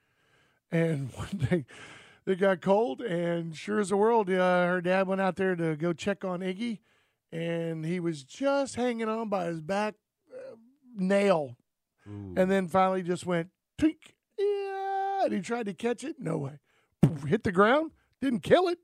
Speaker 1: And <laughs> one day it got cold, and sure as the world, uh, her dad went out there to go check on Iggy, and he was just hanging on by his back uh, nail and then finally just went tink. Yeah, and he tried to catch it. No way. Hit the ground. Didn't kill it.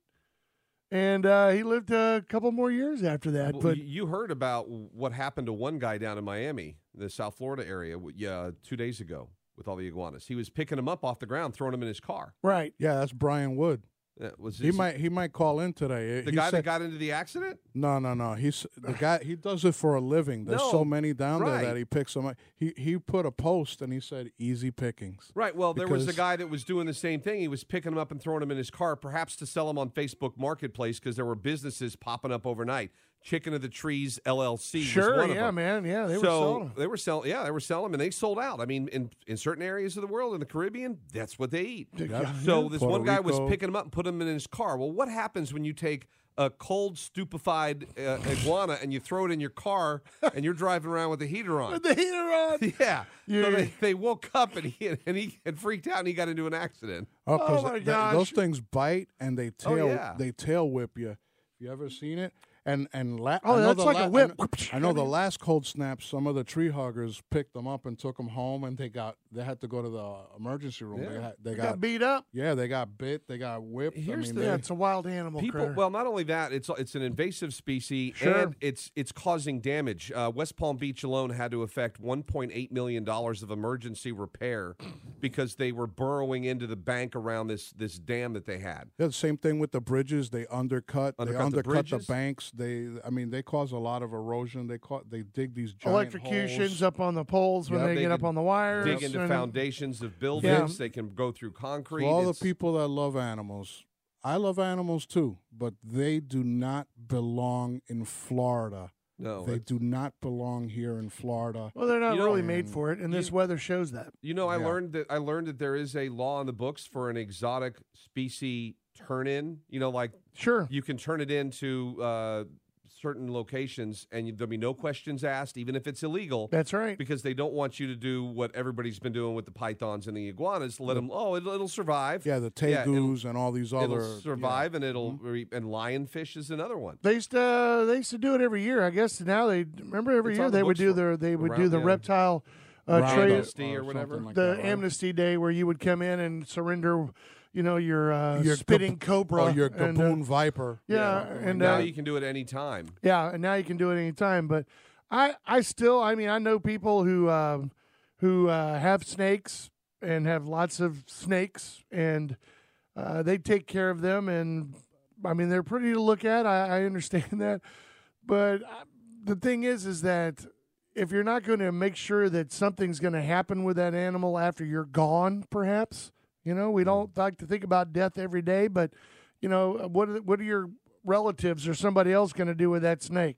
Speaker 1: And uh, he lived a couple more years after that.
Speaker 3: Well,
Speaker 1: but
Speaker 3: you- you heard about what happened to one guy down in Miami, the South Florida area, w- yeah, two days ago with all the iguanas. He was picking them up off the ground, throwing them in his car.
Speaker 1: right,
Speaker 2: yeah, that's Brian Wood.
Speaker 3: That was
Speaker 2: He
Speaker 3: his-
Speaker 2: might he might call in today.
Speaker 3: the
Speaker 2: He
Speaker 3: guy
Speaker 2: said-
Speaker 3: that got into the accident.
Speaker 2: No, no, no. He's the guy. He does it for a living. There's
Speaker 3: No,
Speaker 2: so many down
Speaker 3: right.
Speaker 2: there that he picks them up. He he put a post and he said, "Easy pickings."
Speaker 3: Right. Well, there was the
Speaker 2: Because-
Speaker 3: guy that was doing the same thing. He was picking them up and throwing them in his car, perhaps to sell them on Facebook Marketplace because there were businesses popping up overnight. Chicken of the Trees LLC. was
Speaker 1: sure,
Speaker 3: one of
Speaker 1: yeah,
Speaker 3: them.
Speaker 1: man, yeah, they were
Speaker 3: so
Speaker 1: selling. 'em.
Speaker 3: they were selling, yeah, they were selling, 'em, and they sold out. I mean, in in certain areas of the world, in the Caribbean, that's what they eat.
Speaker 2: Yeah.
Speaker 3: So this
Speaker 2: Puerto
Speaker 3: one guy was
Speaker 2: Rico.
Speaker 3: picking him up and put him in his car. Well, what happens when you take a cold, stupefied uh, iguana and you throw it in your car and you're driving around with the
Speaker 1: <laughs>
Speaker 3: heater on?
Speaker 1: With <laughs> the heater on.
Speaker 3: <laughs> Yeah.
Speaker 1: Yeah.
Speaker 3: So they, they woke up and he and he and freaked out and he got into an accident.
Speaker 2: Oh, 'cause
Speaker 1: my
Speaker 2: th-
Speaker 1: gosh.
Speaker 2: those things bite and they
Speaker 3: Oh,
Speaker 2: tail
Speaker 3: yeah.
Speaker 2: they tail whip you. You ever seen it? And and la-
Speaker 1: Oh,
Speaker 2: I know
Speaker 1: that's
Speaker 2: the
Speaker 1: like a
Speaker 2: la- I
Speaker 1: whip.
Speaker 2: kn- I know, the last cold snap, some of the tree huggers picked them up and took them home, and they got they had to go to the emergency room. They, had, they
Speaker 1: got,
Speaker 2: got
Speaker 1: beat up.
Speaker 2: yeah, they got bit, they got whipped. I
Speaker 3: Here's
Speaker 2: mean,
Speaker 3: the-
Speaker 2: they-
Speaker 1: Yeah, it's a wild animal.
Speaker 3: People,
Speaker 1: critter.
Speaker 3: well, not only that, it's it's an invasive species
Speaker 1: Sure.
Speaker 3: and it's it's causing damage. Uh, West Palm Beach alone had to affect 1.8 million dollars of
Speaker 1: <clears throat>
Speaker 3: emergency repair because they were burrowing into the bank around this this dam that they had.
Speaker 2: Yeah, the same thing with the bridges. They undercut.
Speaker 3: Undercut
Speaker 2: they
Speaker 3: the
Speaker 2: undercut the,
Speaker 3: bridges?
Speaker 2: banks. Yes, they. I mean, they cause a lot of erosion. They cause, they dig these giant
Speaker 1: Electrocutions
Speaker 2: holes.
Speaker 1: up on the poles when
Speaker 3: Yeah,
Speaker 1: they,
Speaker 3: they
Speaker 1: get up
Speaker 3: can
Speaker 1: on the wires.
Speaker 3: dig into
Speaker 1: and-
Speaker 3: foundations of buildings.
Speaker 1: Yeah.
Speaker 3: They can go through concrete.
Speaker 2: For all the
Speaker 3: It's-
Speaker 2: people that love animals, I love animals too, but they do not belong in Florida.
Speaker 3: no,
Speaker 2: they do not belong here in Florida.
Speaker 1: Well, they're not
Speaker 3: You know-
Speaker 1: really made for it, and this weather shows that.
Speaker 3: You know, I
Speaker 2: Yeah.
Speaker 3: learned that I learned that there is a law in the books for an exotic specie turn in. You know, like
Speaker 1: Sure.
Speaker 3: you can turn it into uh, certain locations, and you, there'll be no questions asked, even if it's illegal,
Speaker 1: That's right.
Speaker 3: because they don't want you to do what everybody's been doing with the pythons and the iguanas. Let them. Oh, it'll, it'll survive.
Speaker 2: Yeah, the
Speaker 3: Yeah, it'll-
Speaker 2: tegus and all these other
Speaker 3: it'll survive, and it'll re- and lionfish is another one.
Speaker 1: They used to uh, they used to do it every year. I guess now they remember every
Speaker 3: It's
Speaker 1: year
Speaker 3: on the
Speaker 1: they would
Speaker 3: books
Speaker 1: do
Speaker 3: for-
Speaker 1: their they would do
Speaker 3: around,
Speaker 1: the
Speaker 3: yeah.
Speaker 1: reptile
Speaker 2: yeah.
Speaker 1: uh, trade
Speaker 3: Roundup. or
Speaker 2: something
Speaker 3: whatever.
Speaker 2: like
Speaker 1: the
Speaker 2: that, right?
Speaker 1: amnesty day where you would come in and surrender, you know, your uh,
Speaker 2: Your
Speaker 1: spitting
Speaker 2: gab-
Speaker 1: cobra,
Speaker 2: or your
Speaker 1: and,
Speaker 2: Gaboon
Speaker 1: uh,
Speaker 2: viper.
Speaker 1: yeah, and
Speaker 3: now
Speaker 1: uh,
Speaker 3: you can do it any time.
Speaker 1: yeah, and now you can do it anytime. But I, I still, I mean, I know people who, um, who uh, have snakes and have lots of snakes, and uh, they take care of them, and I mean, they're pretty to look at. I, I understand <laughs> that, but I, the thing is, is that if you're not going to make sure that something's going to happen with that animal after you're gone, perhaps you know we don't like to think about death every day, but you know what? Are, what are your relatives or somebody else going to do with that snake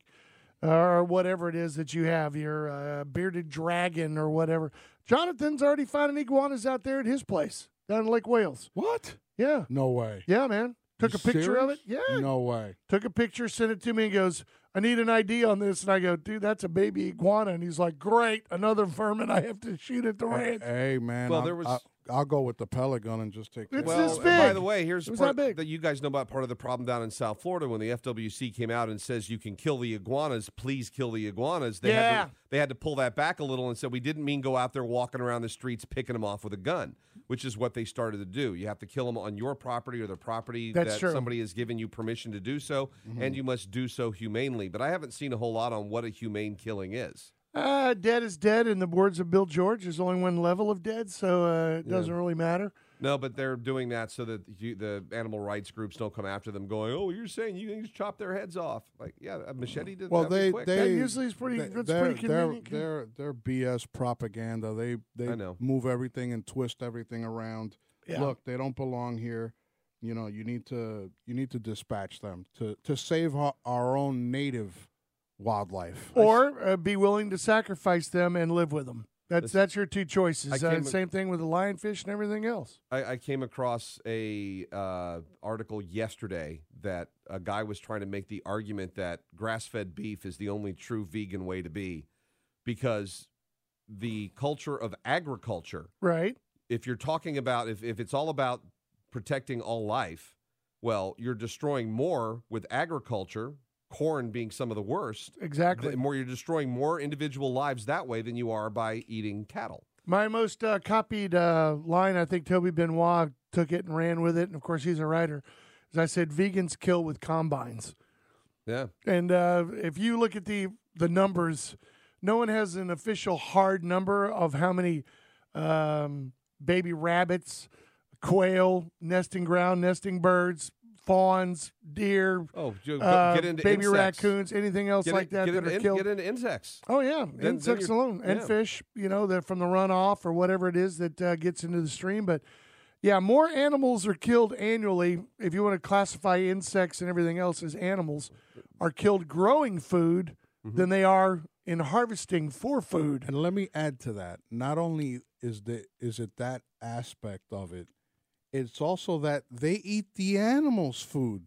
Speaker 1: or whatever it is that you have? Your uh, bearded dragon or whatever. Jonathan's already finding iguanas out there at his place down in Lake Wales.
Speaker 2: What?
Speaker 1: Yeah,
Speaker 2: No way.
Speaker 1: yeah, man. Took
Speaker 2: You
Speaker 1: a picture of it.
Speaker 2: serious?
Speaker 1: Yeah,
Speaker 2: No way.
Speaker 1: took a picture, sent it to me, and goes, I need an ID on this. And I go, dude, that's a baby iguana. And he's like, great, another vermin I have to shoot at the
Speaker 3: <laughs>
Speaker 1: ranch.
Speaker 2: Hey man,
Speaker 3: Well,
Speaker 2: I'm-
Speaker 3: there was-
Speaker 2: I, I'll go with the pellet gun and just take.
Speaker 1: It's
Speaker 2: care
Speaker 3: well,
Speaker 2: of
Speaker 1: this
Speaker 2: it.
Speaker 3: and By
Speaker 1: big.
Speaker 3: the way, here's
Speaker 1: It was
Speaker 3: part
Speaker 1: that big.
Speaker 3: that you guys know about part of the problem down in South Florida when the FWC came out and says you can kill the iguanas, please kill the iguanas. They had
Speaker 1: Yeah.
Speaker 3: to, they had to pull that back a little and said we didn't mean go out there walking around the streets picking them off with a gun, which is what they started to do. You have to kill them on your property or the property
Speaker 1: That's
Speaker 3: that
Speaker 1: true. Mm-hmm.
Speaker 3: somebody has given you permission to do so, and you must do so humanely. But I haven't seen a whole lot on what a humane killing is.
Speaker 1: Uh, dead is dead. In the words of Bill George, there's only one level of dead, so uh, it doesn't really matter.
Speaker 3: No, but they're doing that so that you, the animal rights groups don't come after them, going, "Oh, you're saying you can just chop their heads off?" Like, yeah, a machete did.
Speaker 2: Well,
Speaker 3: that would be
Speaker 2: they-
Speaker 3: quick.
Speaker 2: they-
Speaker 1: That usually is pretty,
Speaker 2: They-
Speaker 1: that's
Speaker 2: their,
Speaker 1: pretty
Speaker 2: their,
Speaker 1: convenient.
Speaker 2: their, their BS propaganda. They they
Speaker 3: I know.
Speaker 2: move everything and twist everything around.
Speaker 1: Yeah.
Speaker 2: Look, they don't belong here. You know, you need to you need to dispatch them to to save our, our own native wildlife.
Speaker 1: or uh, be willing to sacrifice them and live with them. That's that's your two
Speaker 3: I
Speaker 1: choices. Uh,
Speaker 3: came-
Speaker 1: same thing with the lionfish and everything else.
Speaker 3: I, I came across a uh, article yesterday that a guy was trying to make the argument that grass-fed beef is the only true vegan way to be, because the culture of agriculture
Speaker 1: Right?
Speaker 3: if you're talking about if, if it's all about protecting all life, well, you're destroying more with agriculture, corn being some of the worst.
Speaker 1: Exactly.
Speaker 3: th- more you're destroying more individual lives that way than you are by eating cattle.
Speaker 1: My most uh, copied uh, line, I think Toby Benoit took it and ran with it. And of course, he's a writer. As I said, vegans kill with combines.
Speaker 3: Yeah.
Speaker 1: And uh, if you look at the, the numbers, no one has an official hard number of how many um, baby rabbits, quail, nesting ground, nesting birds, fawns, deer,
Speaker 3: Oh, you go-
Speaker 1: uh,
Speaker 3: get into
Speaker 1: baby
Speaker 3: insects.
Speaker 1: raccoons, anything else
Speaker 3: Get
Speaker 1: like
Speaker 3: in-
Speaker 1: that
Speaker 3: get
Speaker 1: that
Speaker 3: into
Speaker 1: are
Speaker 3: in-
Speaker 1: killed.
Speaker 3: Get into insects.
Speaker 1: Oh yeah,
Speaker 3: then
Speaker 1: insects
Speaker 3: you're-
Speaker 1: alone and
Speaker 3: yeah.
Speaker 1: fish. You know, they're from the runoff or whatever it is that uh, gets into the stream. But yeah, more animals are killed annually. If you want to classify insects and everything else as animals, are killed growing food than they are in harvesting for food.
Speaker 2: And let me add to that. Not only is the is it that aspect of it, it's also that they eat the animals' food.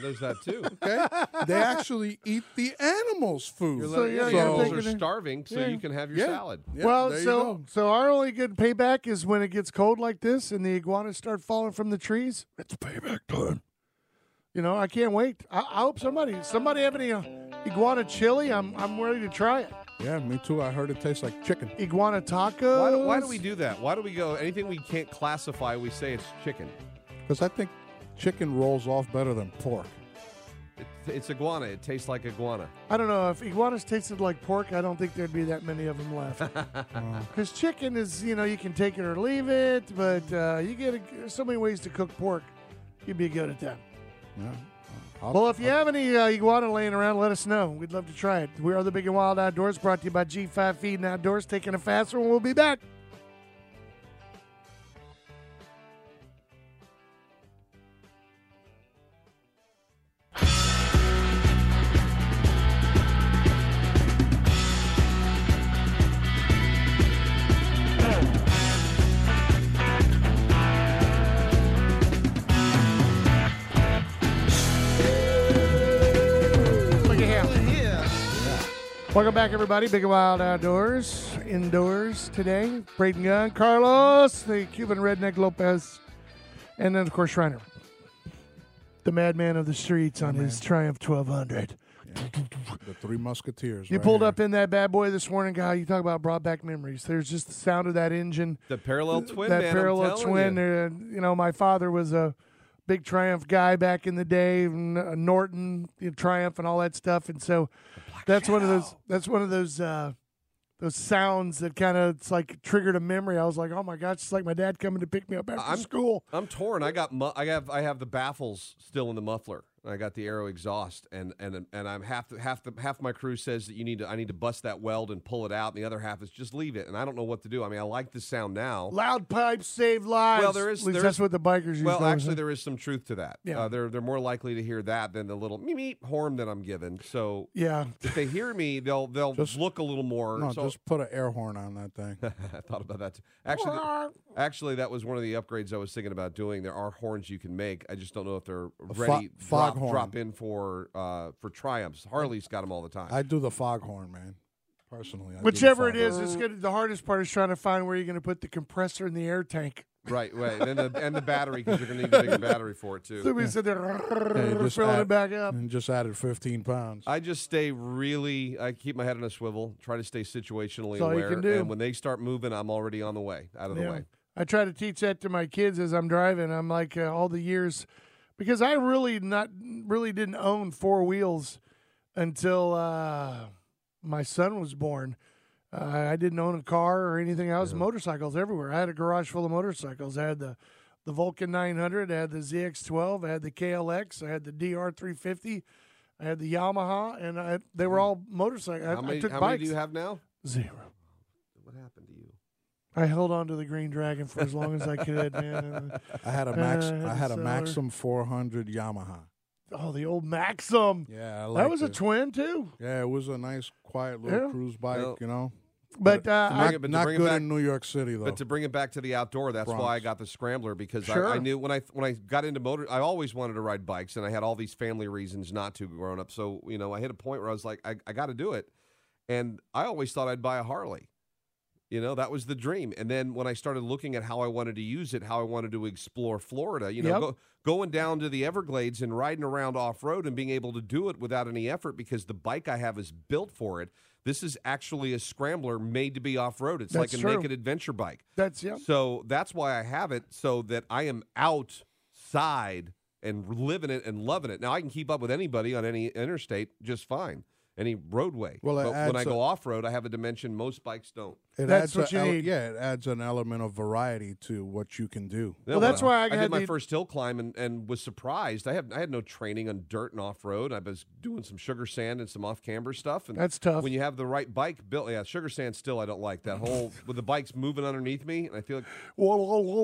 Speaker 3: There's that
Speaker 1: <laughs>
Speaker 3: too.
Speaker 2: Okay, they actually eat the animals' food.
Speaker 3: You're
Speaker 1: So,
Speaker 3: letting-
Speaker 1: yeah,
Speaker 3: the
Speaker 1: you're
Speaker 3: animals are
Speaker 1: thinking-
Speaker 3: starving, so
Speaker 1: yeah.
Speaker 3: you can have your
Speaker 2: Yeah.
Speaker 3: salad.
Speaker 2: Yeah,
Speaker 1: well,
Speaker 2: there you
Speaker 1: so
Speaker 2: go.
Speaker 1: so our only good payback is when it gets cold like this and the iguanas start falling from the trees. It's payback time. You know, I can't wait. I, I hope somebody somebody have any uh, iguana chili. I'm I'm ready to try it.
Speaker 2: yeah, me too. I heard it tastes like chicken.
Speaker 1: iguana tacos.
Speaker 3: Why do, why do
Speaker 1: Uh,
Speaker 3: we do that? Why do we go anything we can't classify? We say it's chicken.
Speaker 2: Because I think chicken rolls off better than pork.
Speaker 3: It, it's iguana. It tastes like iguana.
Speaker 1: I don't know if iguanas tasted like pork. I don't think there'd be that many of them
Speaker 3: <laughs>
Speaker 1: left. Because chicken is, you know, you can take it or leave it, but uh, you get a, there's so many ways to cook pork. You'd be good at that.
Speaker 2: Yeah. I'll-
Speaker 1: Well, if you have any uh, iguana laying around, let us know. We'd love to try it. We are the Big and Wild Outdoors, brought to you by G5 Feed and Outdoors. Taking a faster one. We'll be back. Look at him. Welcome back, everybody. Big and Wild Outdoors, indoors today. Braden Gunn, Carlos, the Cuban redneck Lopez, and then, of course, Shriner, the madman of the streets on his Triumph 1200.
Speaker 2: the Three Musketeers.
Speaker 1: You
Speaker 2: right
Speaker 1: pulled
Speaker 2: here.
Speaker 1: up in that bad boy this morning, guy. You talk about brought back memories. There's just the sound of that engine,
Speaker 3: The parallel twin,
Speaker 1: that
Speaker 3: man, I'm
Speaker 1: parallel
Speaker 3: telling
Speaker 1: twin.
Speaker 3: you.
Speaker 1: uh, you know, my father was a big Triumph guy back in the day, and, uh, Norton you know, Triumph and all that stuff. And so that's one of those. That's one of those. Uh, those sounds that kind of it's like triggered a memory. I was like, oh my gosh, it's like my dad coming to pick me up after
Speaker 3: I'm-
Speaker 1: school.
Speaker 3: I'm torn. I got mu- I have I have the baffles still in the muffler. I got the aero exhaust, and and and I'm half the, half the half my crew says that you need to I need to bust that weld and pull it out, and the other half is just leave it. And I don't know what to do. I mean, I like the sound now.
Speaker 1: Loud pipes save lives.
Speaker 3: Well, there is-
Speaker 1: At least
Speaker 3: there
Speaker 1: that's
Speaker 3: is-
Speaker 1: what the bikers use.
Speaker 3: Well, actually, there is some truth to that.
Speaker 1: Yeah.
Speaker 3: Uh, they're they're more likely to hear that than the little meep meep horn that I'm given. So
Speaker 1: yeah,
Speaker 3: if they hear me, they'll they'll
Speaker 2: Just-
Speaker 3: look a little more.
Speaker 2: No,
Speaker 3: so
Speaker 2: just put an air horn on
Speaker 1: <laughs>
Speaker 2: that thing.
Speaker 3: <laughs> I thought about that. Too. Actually, th- actually, that was one of the upgrades I was thinking about doing. There are horns you can make. I just don't know if they're
Speaker 2: fo-
Speaker 3: ready.
Speaker 2: fog
Speaker 3: drop,
Speaker 2: horn.
Speaker 3: drop in for uh, for triumphs. Harley's got them all the time.
Speaker 2: I do the foghorn, man. Personally, I do the
Speaker 1: Whichever it
Speaker 2: foghorn.
Speaker 1: is, it's good. The hardest part is trying to find where you're going to put the compressor in the air tank.
Speaker 3: <laughs> right, right. And the and the battery because you're gonna need a bigger battery for it
Speaker 1: <laughs>
Speaker 3: too.
Speaker 1: So we sit there <laughs>
Speaker 2: Yeah, you just
Speaker 1: filling
Speaker 2: add-
Speaker 1: it back up.
Speaker 2: and just added 15 pounds.
Speaker 3: I just stay really. I keep my head in a swivel. Try to stay situationally
Speaker 1: That's all you
Speaker 3: aware.
Speaker 1: can do.
Speaker 3: And when they start moving, I'm already on the way, out of the
Speaker 1: Yeah.
Speaker 3: way.
Speaker 1: I try to teach that to my kids as I'm driving. I'm like uh, all the years because I really not really didn't own four wheels until uh, my son was born. Uh, I didn't own a car or anything. I was motorcycles everywhere. I had a garage full of motorcycles. I had the the Vulcan 900. I had the ZX12. I had the KLX. I had the DR350. I had the Yamaha, and I, they were all motorcycles. I,
Speaker 3: Hmm. How many?
Speaker 1: I took
Speaker 3: how many
Speaker 1: bikes.
Speaker 3: do you have now?
Speaker 1: Zero.
Speaker 3: What happened to you?
Speaker 1: I held on to the Green Dragon for as long as I could, man.
Speaker 2: I had
Speaker 1: <laughs>
Speaker 2: a max.
Speaker 1: Uh,
Speaker 2: I had a
Speaker 1: so-
Speaker 2: Maxim 400 Yamaha.
Speaker 1: Oh, the old Maxim.
Speaker 2: Yeah, I
Speaker 1: that
Speaker 2: liked
Speaker 1: was a
Speaker 2: it.
Speaker 1: twin too.
Speaker 2: yeah, it was a nice, quiet little
Speaker 1: Yeah.
Speaker 2: cruise bike.
Speaker 3: Well,
Speaker 2: you know,
Speaker 1: But uh,
Speaker 3: to
Speaker 1: I,
Speaker 3: make
Speaker 2: not,
Speaker 3: it- but to
Speaker 2: not
Speaker 3: bring it
Speaker 2: good
Speaker 3: back-
Speaker 2: in New York City though.
Speaker 3: But to bring it back to the outdoor, that's why I
Speaker 2: Bronx.
Speaker 3: got the scrambler because
Speaker 1: Sure.
Speaker 3: I, I knew when I when I got into motor, I always wanted to ride bikes, and I had all these family reasons not to growing up. So you know, I hit a point where I was like, I, I got to do it, and I always thought I'd buy a Harley. You know, that was the dream. And then when I started looking at how I wanted to use it, how I wanted to explore Florida, you know,
Speaker 1: Yep.
Speaker 3: go, going down to the Everglades and riding around off road and being able to do it without any effort because the bike I have is built for it. This is actually a scrambler made to be off road. It's
Speaker 1: That's
Speaker 3: like a
Speaker 1: true.
Speaker 3: naked adventure bike.
Speaker 1: that's yeah.
Speaker 3: So that's why I have it, so that I am outside and living it and loving it. Now I can keep up with anybody on any interstate just fine, any roadway.
Speaker 2: Well, it
Speaker 3: but when I
Speaker 2: adds
Speaker 3: go off road, I have a dimension most bikes don't.
Speaker 2: it
Speaker 1: That's
Speaker 2: adds
Speaker 1: what
Speaker 2: a
Speaker 1: you
Speaker 2: ele-
Speaker 1: need.
Speaker 2: Yeah, it adds an element of variety to what you can do.
Speaker 3: Yeah,
Speaker 1: Well, that's why I
Speaker 3: did
Speaker 1: had
Speaker 3: my
Speaker 1: the-
Speaker 3: first hill climb and, and was surprised. I have I had no training on dirt and off road. I was doing some sugar sand and some off camber stuff. And
Speaker 1: That's tough.
Speaker 3: When you have the right bike built, yeah, sugar sand still I don't like that
Speaker 1: <laughs>
Speaker 3: whole with the bikes moving underneath me, and I feel like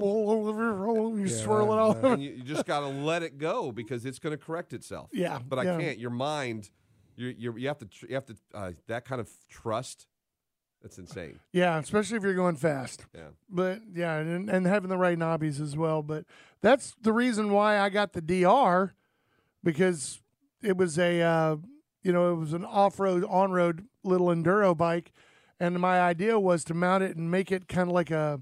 Speaker 1: You swirl it all
Speaker 2: that-
Speaker 1: over.
Speaker 3: and you, you just got to let it go because it's going to correct itself.
Speaker 1: Yeah,
Speaker 3: but I
Speaker 1: yeah.
Speaker 3: can't. Your mind, you you you have to tr- you have to uh, that kind of trust. That's insane.
Speaker 1: <laughs> Yeah, especially if you're going fast.
Speaker 3: Yeah.
Speaker 1: But yeah, and, and having the right knobbies as well. But that's the reason why I got the DR because it was a uh, you know it was an off road on road little enduro bike, and my idea was to mount it and make it kind of like a,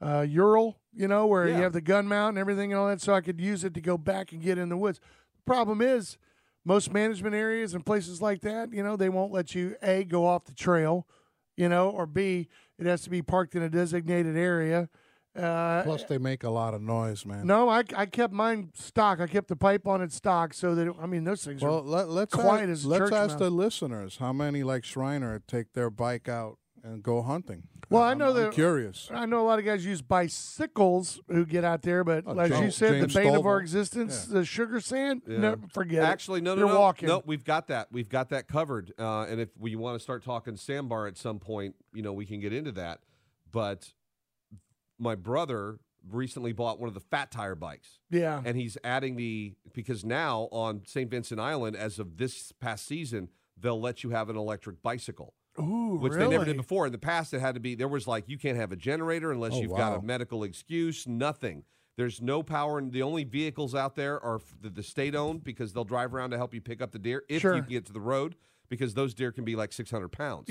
Speaker 1: uh Ural, you know, where
Speaker 3: Yeah.
Speaker 1: you have the gun mount and everything and all that, so I could use it to go back and get in the woods. Problem is, most management areas and places like that, you know, they won't let you a go off the trail, you know, or b it has to be parked in a designated area. Uh,
Speaker 2: Plus, they make a lot of noise, man.
Speaker 1: no, I, I kept mine stock. I kept the pipe on its stock so that it, I mean those things are
Speaker 2: Well, let, let's
Speaker 1: Quiet
Speaker 2: ask,
Speaker 1: as a
Speaker 2: let's
Speaker 1: church
Speaker 2: ask the
Speaker 1: mouse.
Speaker 2: listeners how many like Shriner take their bike out and go hunting.
Speaker 1: Well, I
Speaker 2: I'm-
Speaker 1: know
Speaker 2: I'm
Speaker 1: that-
Speaker 2: curious.
Speaker 1: I know a lot of guys use bicycles who get out there, but
Speaker 2: Oh,
Speaker 1: as you
Speaker 2: James-
Speaker 1: said,
Speaker 2: James
Speaker 1: the bane of our
Speaker 2: Stovall.
Speaker 1: existence, the sugar sand.
Speaker 3: Yeah.
Speaker 1: No, forget
Speaker 3: Actually,
Speaker 1: it.
Speaker 3: no, no,
Speaker 1: You're
Speaker 3: no.
Speaker 1: walking.
Speaker 3: No, we've got that. We've got that covered. Uh, and if we want to start talking sandbar at some point, you know, we can get into that. But my brother recently bought one of the fat tire bikes,
Speaker 1: Yeah.
Speaker 3: and he's adding the because now on St. Vincent Island, as of this past season, they'll let you have an electric bicycle.
Speaker 1: Ooh,
Speaker 3: Which
Speaker 1: really?
Speaker 3: they never did before. In the past, it had to be there was like you can't have a generator unless
Speaker 2: Oh,
Speaker 3: you've got a
Speaker 2: wow.
Speaker 3: medical excuse. Nothing. There's no power, and the only vehicles out there are f- that the state owned because they'll drive around to help you pick up the deer if
Speaker 1: Sure.
Speaker 3: you can get to the road because those deer can be like
Speaker 1: <laughs>
Speaker 3: 600 pounds.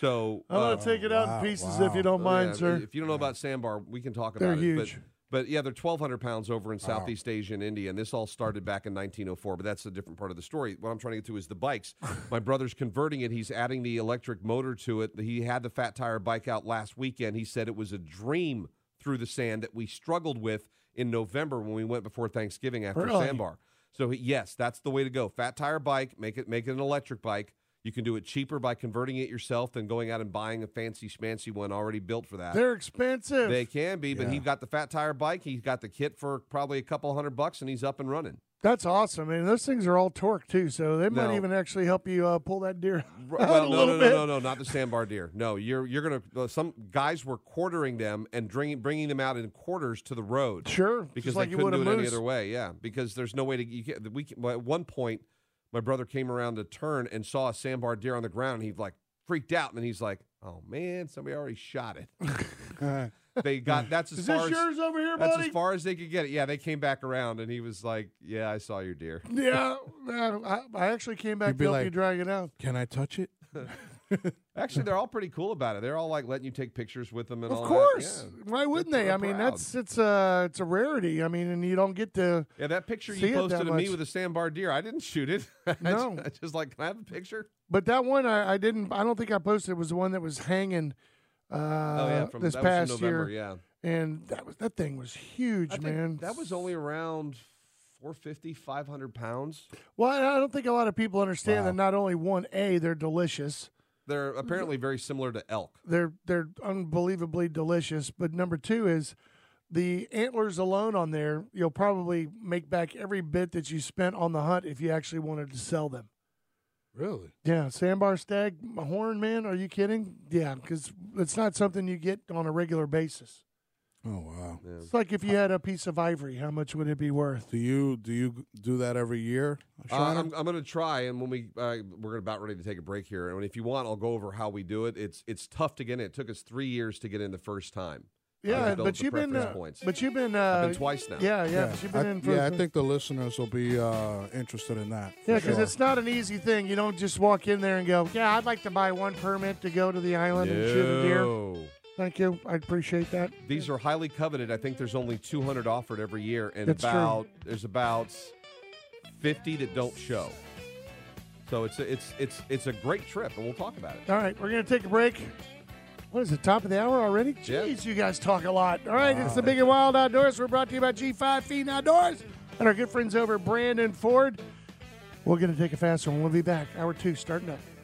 Speaker 3: so
Speaker 1: I'm
Speaker 3: uh,
Speaker 1: gonna take it out
Speaker 2: wow,
Speaker 1: in pieces if
Speaker 2: wow.
Speaker 1: you don't
Speaker 3: Oh, yeah,
Speaker 1: mind, sir.
Speaker 3: If you don't know about sandbar, we can talk
Speaker 1: They're
Speaker 3: about it.
Speaker 1: huge.
Speaker 3: But, but yeah, they're 1,200 pounds over in Southeast Asia and India, and this all started back in 1904. But that's a different part of the story. What I'm trying to get to is
Speaker 1: <laughs>
Speaker 3: the bikes. My brother's converting it. He's adding the electric motor to it. He had the fat tire bike out last weekend. He said it was a dream through the sand that we struggled with in November when we went before Thanksgiving after
Speaker 1: Really?
Speaker 3: sandbar. So he, yes, that's the way to go. Fat tire bike, make it make it an electric bike. You can do it cheaper by converting it yourself than going out and buying a fancy schmancy one already built for that.
Speaker 1: They're expensive.
Speaker 3: They can be, but he
Speaker 2: Yeah.
Speaker 3: got the fat tire bike. He's got the kit for probably a couple hundred bucks, and he's up and running.
Speaker 1: That's awesome. And those things are all torque too, so they might
Speaker 3: No.
Speaker 1: even actually help you uh, pull that deer out a
Speaker 3: well, no,
Speaker 1: little
Speaker 3: no, no,
Speaker 1: bit.
Speaker 3: no, no, not the sandbar deer. No, you're you're gonna. uh, Some guys were quartering them and bringing bringing them out in quarters to the road.
Speaker 1: Sure,
Speaker 3: because
Speaker 1: just like
Speaker 3: they
Speaker 1: you
Speaker 3: couldn't
Speaker 1: would
Speaker 3: do
Speaker 1: a
Speaker 3: it any
Speaker 1: moose.
Speaker 3: other way. Yeah, because there's no way to. You can, we can, at one point, my brother came around the turn and saw a sandbar deer on the ground, and he like freaked out, and then he's like, "Oh man, somebody already shot it."
Speaker 1: <laughs>
Speaker 3: they got that's as
Speaker 1: Is
Speaker 3: far
Speaker 1: this
Speaker 3: as
Speaker 1: yours over here,
Speaker 3: that's
Speaker 1: buddy?
Speaker 3: as far as they could get it. Yeah, they came back around, and he was like, "Yeah, I saw your deer."
Speaker 1: yeah, no, I, I actually came back to
Speaker 2: You'd be
Speaker 1: help
Speaker 2: like-
Speaker 1: you drag it out.
Speaker 2: Can I touch it?
Speaker 3: Actually, they're all pretty cool about it. They're all like letting you take pictures with them and
Speaker 1: Of
Speaker 3: all. that.
Speaker 1: course,
Speaker 3: Yeah.
Speaker 1: why wouldn't they?
Speaker 3: they're
Speaker 1: I mean,
Speaker 3: proud.
Speaker 1: that's it's a it's a rarity. I mean, and you don't get to
Speaker 3: Yeah, that picture
Speaker 1: See it
Speaker 3: you
Speaker 1: that
Speaker 3: posted of me
Speaker 1: much.
Speaker 3: with a sandbar deer, I didn't shoot it. <laughs> I ju-
Speaker 1: No.
Speaker 3: I just like, can I have a picture?
Speaker 1: But that one I, I didn't. I don't think I posted. Was the one that was hanging. Uh,
Speaker 3: oh yeah, from
Speaker 1: this
Speaker 3: that
Speaker 1: past
Speaker 3: was from November.
Speaker 1: year,
Speaker 3: Yeah,
Speaker 1: and that was that thing was huge,
Speaker 3: I think
Speaker 1: man.
Speaker 3: that was only around 450, 500 pounds.
Speaker 1: Well, I don't think a lot of people understand
Speaker 2: Wow.
Speaker 1: that not only one a they're delicious,
Speaker 3: They're apparently very similar to elk.
Speaker 1: they're they're unbelievably delicious, but number two is the antlers alone on there. You'll probably make back every bit that you spent on the hunt if you actually wanted to sell them.
Speaker 2: Really?
Speaker 1: Yeah, sandbar stag horn, man. Are you kidding? Yeah, because it's not something you get on a regular basis.
Speaker 2: Oh wow.
Speaker 3: Yeah.
Speaker 1: It's like if you had a piece of ivory, how much would it be worth?
Speaker 2: Do you do you do that every year?
Speaker 3: Uh,
Speaker 2: Shiner?
Speaker 3: I'm, I'm going to try, and when we uh, we're about ready to take a break here, and if you want, I'll go over how we do it. It's it's tough to get in. It took us three years to get in the first time. I
Speaker 1: Yeah,
Speaker 3: developed
Speaker 1: but
Speaker 3: the
Speaker 1: you've, been,
Speaker 3: preference
Speaker 1: uh,
Speaker 3: points.
Speaker 1: but you've been, uh,
Speaker 3: I've been twice now.
Speaker 1: Yeah, yeah, but you've been
Speaker 2: I,
Speaker 1: in for
Speaker 2: yeah, I think the listeners will be uh, interested in that. for
Speaker 1: Yeah, because
Speaker 2: sure.
Speaker 1: it's not an easy thing. You don't just walk in there and go, "Yeah, I'd like to buy one permit to go to the island and shoot a deer."
Speaker 3: No.
Speaker 1: Thank you, I appreciate that.
Speaker 3: These are highly coveted. I think there's only 200 offered every year, and
Speaker 1: That's true.
Speaker 3: about there's about 50 that don't show. So it's a, it's it's it's a great trip, and we'll talk about it.
Speaker 1: All right, we're gonna take a break. What is it? Top of the hour already?
Speaker 3: Yeah.
Speaker 1: Jeez, you guys talk a lot. All right, it's the Big and Wild Outdoors. We're brought to you by G5 Feeding Outdoors and our good friends over at Brandon Ford. We're gonna take a fast one. We'll be back. Hour two starting up.